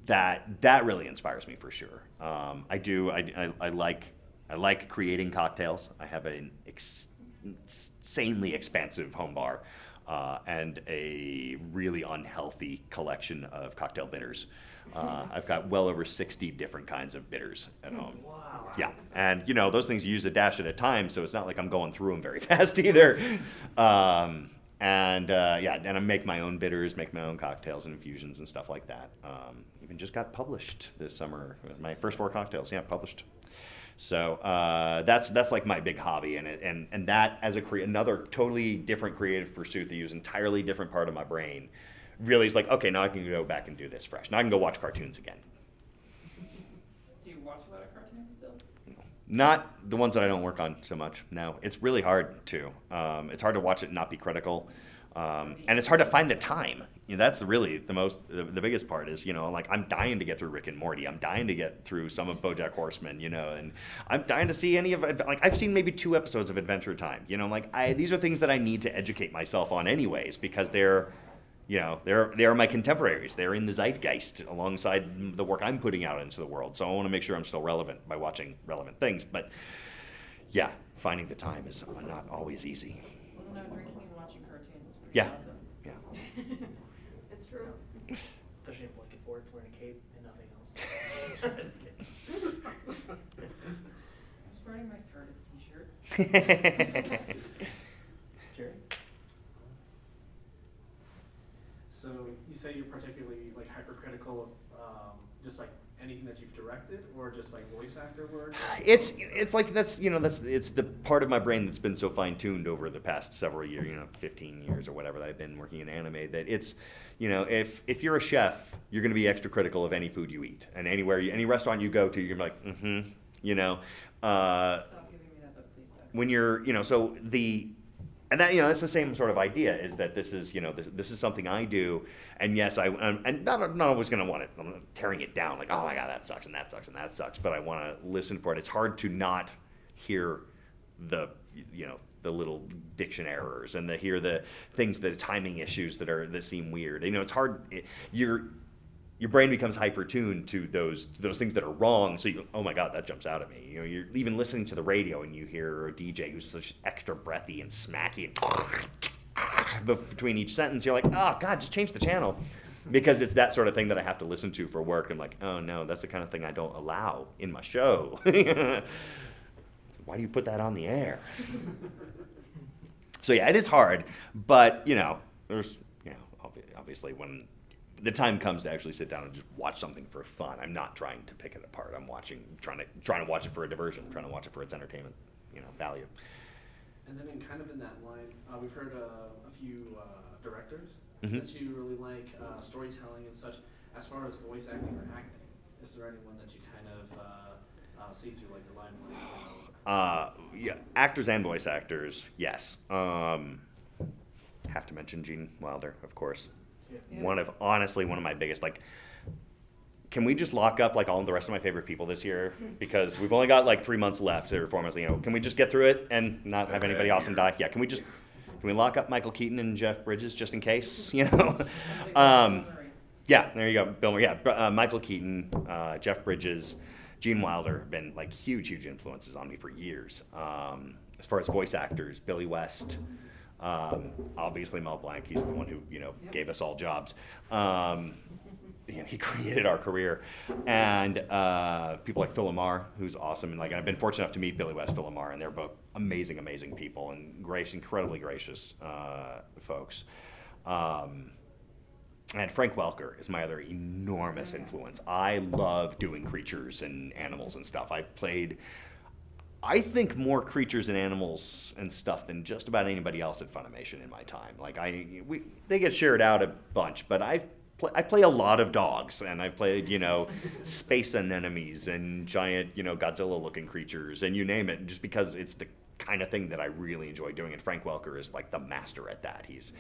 Speaker 6: that that really inspires me for sure. Um, I do. I, I, I like I like creating cocktails. I have an ex- insanely expansive home bar. Uh, and a really unhealthy collection of cocktail bitters. Uh, I've got well over 60 different kinds of bitters at home.
Speaker 7: Wow.
Speaker 6: Yeah, and you know those things you use a dash at a time, so it's not like I'm going through them very *laughs* fast either. Um, and uh, yeah, and I make my own bitters, make my own cocktails and infusions and stuff like that. Um, even just got published this summer. My first four cocktails, yeah, published. So uh, that's that's like my big hobby, and it, and and that as a cre- another totally different creative pursuit that uses entirely different part of my brain. Really is like okay, now I can go back and do this fresh. Now I can go watch cartoons again.
Speaker 8: Do you watch a lot of cartoons still?
Speaker 6: Not the ones that I don't work on so much. No, it's really hard to. Um, it's hard to watch it and not be critical, um, and it's hard to find the time. You know, that's really the most, the, the biggest part is you know like I'm dying to get through Rick and Morty. I'm dying to get through some of BoJack Horseman. You know, and I'm dying to see any of like I've seen maybe two episodes of Adventure Time. You know, I'm like I, these are things that I need to educate myself on anyways because they're you know they're they are my contemporaries they're in the zeitgeist alongside the work i'm putting out into the world so i want to make sure i'm still relevant by watching relevant things but yeah finding the time is not always easy
Speaker 8: Well, no, drinking and watching cartoons is pretty
Speaker 6: yeah
Speaker 8: awesome.
Speaker 6: yeah
Speaker 8: It's true.
Speaker 7: Especially if Lincoln Ford wearing a cape and nothing else.
Speaker 6: *laughs*
Speaker 7: Just kidding.
Speaker 8: I'm just wearing my TARDIS
Speaker 6: *laughs*
Speaker 8: t-shirt.
Speaker 7: Jerry? So you say you're particularly like hypercritical of um, just like anything that you've directed, or just like voice actor work?
Speaker 6: it's it's like that's you know that's it's the part of my brain that's been so fine tuned over the past several years you know 15 years or whatever that I've been working in anime that it's you know if if you're a chef you're going to be extra critical of any food you eat and anywhere you, any restaurant you go to you're going to be like mm-hmm you know uh,
Speaker 8: Stop giving me that look, please, Doc.
Speaker 6: when you're you know so the and that you know that's the same sort of idea is that this is you know this, this is something I do and yes I I'm, and not I'm not always going to want it I'm not tearing it down like oh my god that sucks and that sucks and that sucks but I want to listen for it it's hard to not hear the you know the little diction errors and the hear the things the timing issues that are that seem weird you know it's hard it, you're your brain becomes hyper tuned to those to those things that are wrong. So you, go, oh my god, that jumps out at me. You know, you're even listening to the radio and you hear a DJ who's such extra breathy and smacky and *laughs* bef- between each sentence. You're like, oh god, just change the channel, because it's that sort of thing that I have to listen to for work. I'm like, oh no, that's the kind of thing I don't allow in my show. *laughs* Why do you put that on the air? So yeah, it is hard, but you know, there's you know, obvi- obviously when the time comes to actually sit down and just watch something for fun, I'm not trying to pick it apart. I'm watching, trying to trying to watch it for a diversion, trying to watch it for its entertainment, you know, value.
Speaker 7: And then, in kind of in that line, uh, we've heard uh, a few uh, directors
Speaker 6: Mhm.
Speaker 7: that you really like uh, storytelling and such. As far as voice acting or acting, is there anyone that you kind of uh, uh, see through like the limelight?
Speaker 6: Uh, yeah, actors and voice actors, yes. Um, have to mention Gene Wilder, of course.
Speaker 7: Yeah.
Speaker 6: One of honestly one of my biggest like. Can we just lock up like all the rest of my favorite people this year because we've only got like three months left to reform us? You know, can we just get through it and not have
Speaker 5: Okay,
Speaker 6: anybody awesome
Speaker 5: yeah.
Speaker 6: die? Yeah, can we just can we lock up Michael Keaton and Jeff Bridges just in case? *laughs* You know, um, yeah, there you go, Bill Murray. Yeah, Br- uh, Michael Keaton, uh, Jeff Bridges, Gene Wilder have been like huge, huge influences on me for years. Um, as far as voice actors, Billy West, um, obviously Mel Blanc. He's the one who you know gave us all jobs. Um, you know, he *laughs* created our career, and uh, people like Phil Lamar, who's awesome, and like I've been fortunate enough to meet Billy West, Phil Lamar, and they're both amazing, amazing people and gracious, incredibly gracious uh, folks. Um, and Frank Welker is my other enormous influence. I love doing creatures and animals and stuff. I've played, I think, more creatures and animals and stuff than just about anybody else at Funimation in my time. Like I, we, they get shared out a bunch, but I've. pla- I play a lot of dogs, and I've played, you
Speaker 8: *laughs*
Speaker 6: know, space anemones and giant, you know, Godzilla-looking creatures, and you name it. Just because it's the kind of thing that I really enjoy doing, and Frank Welker is like the master at that. He's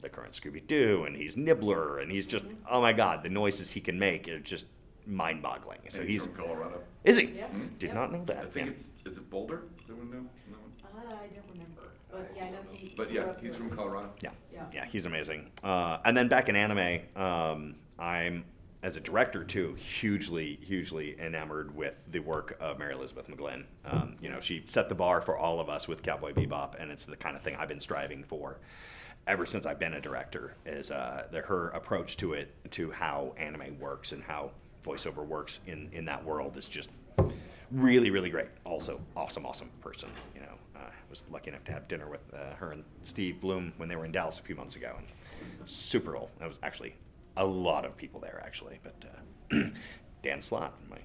Speaker 6: the current Scooby Doo, and he's Nibbler, and he's just oh my god, the noises he can make are just mind-boggling. So
Speaker 1: And
Speaker 6: he's
Speaker 1: from Colorado.
Speaker 6: is he?
Speaker 8: Yeah.
Speaker 6: Did
Speaker 8: Yep.
Speaker 6: not know
Speaker 1: I
Speaker 6: that.
Speaker 1: think
Speaker 6: yeah.
Speaker 1: it's is it Boulder? Does anyone know? No one?
Speaker 8: Uh, I don't remember, but yeah, I know he.
Speaker 1: But
Speaker 8: grew
Speaker 1: yeah,
Speaker 8: up
Speaker 1: he's
Speaker 8: with
Speaker 1: from
Speaker 8: his-
Speaker 1: Colorado.
Speaker 6: Yeah,
Speaker 8: Yeah.
Speaker 6: yeah, he's amazing. Uh, and then back in anime, um, I'm as a director too hugely, hugely enamored with the work of Mary Elizabeth McGlynn. Um, you know, she set the bar for all of us with Cowboy Bebop, and it's the kind of thing I've been striving for ever since I've been a director. Is uh, the, her approach to it, to how anime works and how voiceover works in in that world is just really, really great. Also, awesome, awesome person. You know, I uh, was lucky enough to have dinner with uh, her and Steve Bloom when they were in Dallas a few months ago, and super cool. That was actually a lot of people there, actually. But uh, *clears throat* Dan Slott, my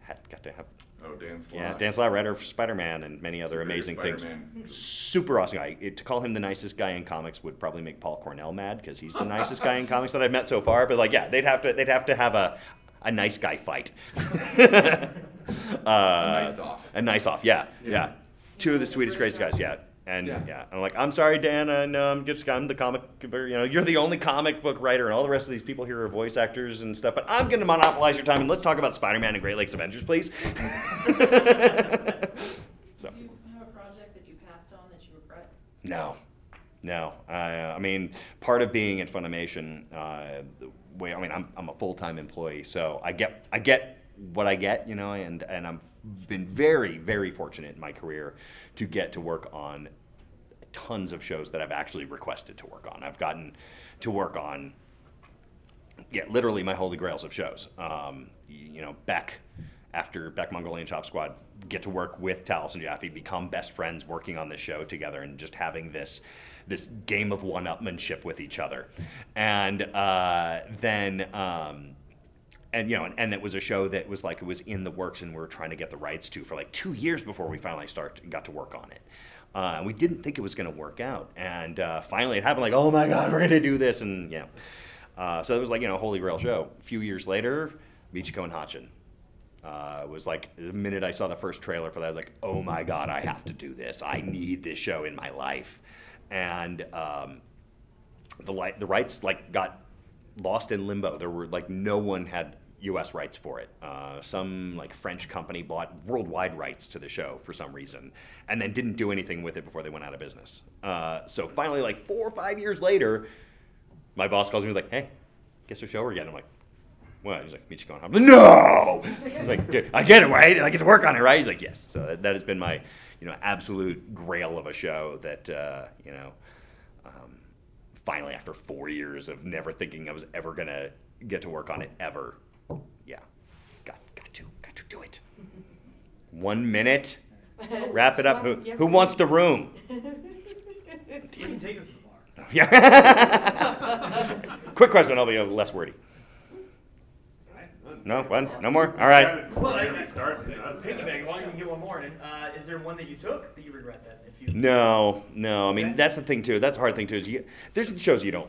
Speaker 6: had got to have
Speaker 1: Oh, Dan Slott.
Speaker 6: yeah, Dan Slott, writer for Spider Man and many other
Speaker 1: Superior
Speaker 6: amazing
Speaker 1: Spider-Man. Mm-hmm.
Speaker 6: things. Super awesome guy. It- to call him the nicest guy in comics would probably make Paul Cornell mad because
Speaker 1: *laughs*
Speaker 6: he's the nicest guy in comics that I've met so far. But like, yeah, they'd have to they'd have to have a a nice
Speaker 1: *laughs*
Speaker 6: guy fight. *laughs* Uh,
Speaker 1: A nice off.
Speaker 6: A nice off, yeah, yeah.
Speaker 1: Yeah.
Speaker 6: Two of the sweetest, greatest guys, yeah. And yeah.
Speaker 1: Yeah.
Speaker 6: I'm like, I'm sorry, Dan, and um, just I'm the comic, you know, you're the only comic book writer, and all the rest of these people here are voice actors and stuff. But I'm going to monopolize your time, and let's talk about Spider-Man and Great Lakes Avengers, please. *laughs* so.
Speaker 8: Do you have a project that you passed on that you regret?
Speaker 6: No, no. Uh, I, I mean, part of being at Funimation, uh, the way I mean, I'm, I'm a full time employee, so I get I get what I get, you know, and and I've been very very fortunate in my career to get to work on tons of shows that I've actually requested to work on. I've gotten to work on yeah, literally my holy grails of shows. Um, y- you know, Beck, after Beck Mongolian Chop Squad, get to work with Talos and Jaffe, become best friends working on this show together, and just having this this game of one-upmanship with each other. And uh, then um, and you know, and, and it was a show that was like it was in the works, and we were trying to get the rights to for like two years before we finally start got to work on it. Uh, and we didn't think it was going to work out, and uh, finally it happened. Like, oh my god, we're going to do this, and yeah. Uh, so it was like you know, holy grail show. A few years later, Michiko and Hachin uh, was like the minute I saw the first trailer for that, I was like, oh my god, I have to do this. I need this show in my life, and um, the li- the rights like got lost in limbo. There were like no one had U.S. rights for it. Uh, some like French company bought worldwide rights to the show for some reason, and then didn't do anything with it before they went out of business. Uh, so finally, like four or five years later, my boss calls me like, "Hey, guess what show we're getting?" I'm like, "What?" He's like, "Michiko and Hop." No, I was like, "Yeah, "I get it, right? I get to work on it, right?" He's like, "Yes." So that, that has been my, you know, absolute grail of a show that uh, you know, um, finally after four years of never thinking I was ever gonna get to work on it ever, yeah, got got to got to do it. One minute, wrap it up. Who, who wants the room? *laughs*
Speaker 7: We can take this to the bar.
Speaker 6: Yeah. Quick question. I'll be less wordy. No, one, no more. All right.
Speaker 7: Well, I,
Speaker 9: Whenever you start, it's not-
Speaker 7: piggyback. Well, you can get one more. And uh, is there one that you took that you regret then? If you
Speaker 6: No, no. I mean, that's the thing too. That's the hard thing too. Is you, there's shows you don't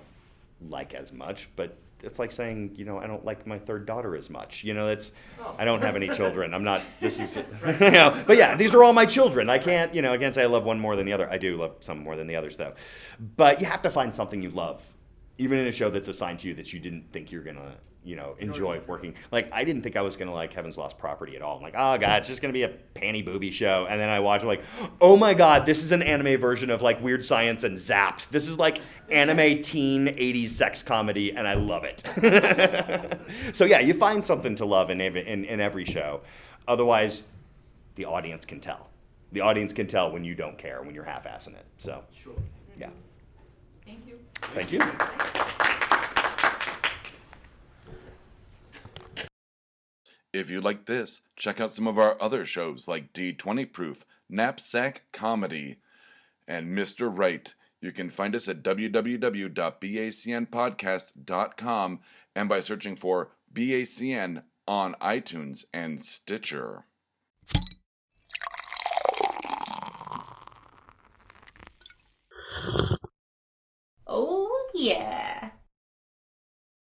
Speaker 6: like as much, but it's like saying, you know, I don't like my third daughter as much. You know, that's I don't have any children. I'm not. This is, *laughs* you know, but yeah, these are all my children. I can't, you know, I can't say I love one more than the other. I do love some more than the others though, but you have to find something you love, even in a show that's assigned to you that you didn't think you're gonna. You know, enjoy working. Like I didn't think I was gonna like Heaven's Lost Property at all. I'm like, oh god, it's just gonna be a panty booby show. And then I watch, I'm like, oh my god, this is an anime version of like Weird Science and Zapped. This is like anime teen 80s sex comedy, and I love it. *laughs* so yeah, you find something to love in, ev- in, in every show. Otherwise, the audience can tell. The audience can tell when you don't care, when you're half-assing it. So
Speaker 7: sure.
Speaker 6: yeah,
Speaker 8: Thank you.
Speaker 6: thank you.
Speaker 1: If you like this, check out some of our other shows like D20 Proof, Knapsack Comedy, and Mr. Right. You can find us at www.bacnpodcast.com and by searching for BACN on iTunes and Stitcher.
Speaker 10: Oh, yeah.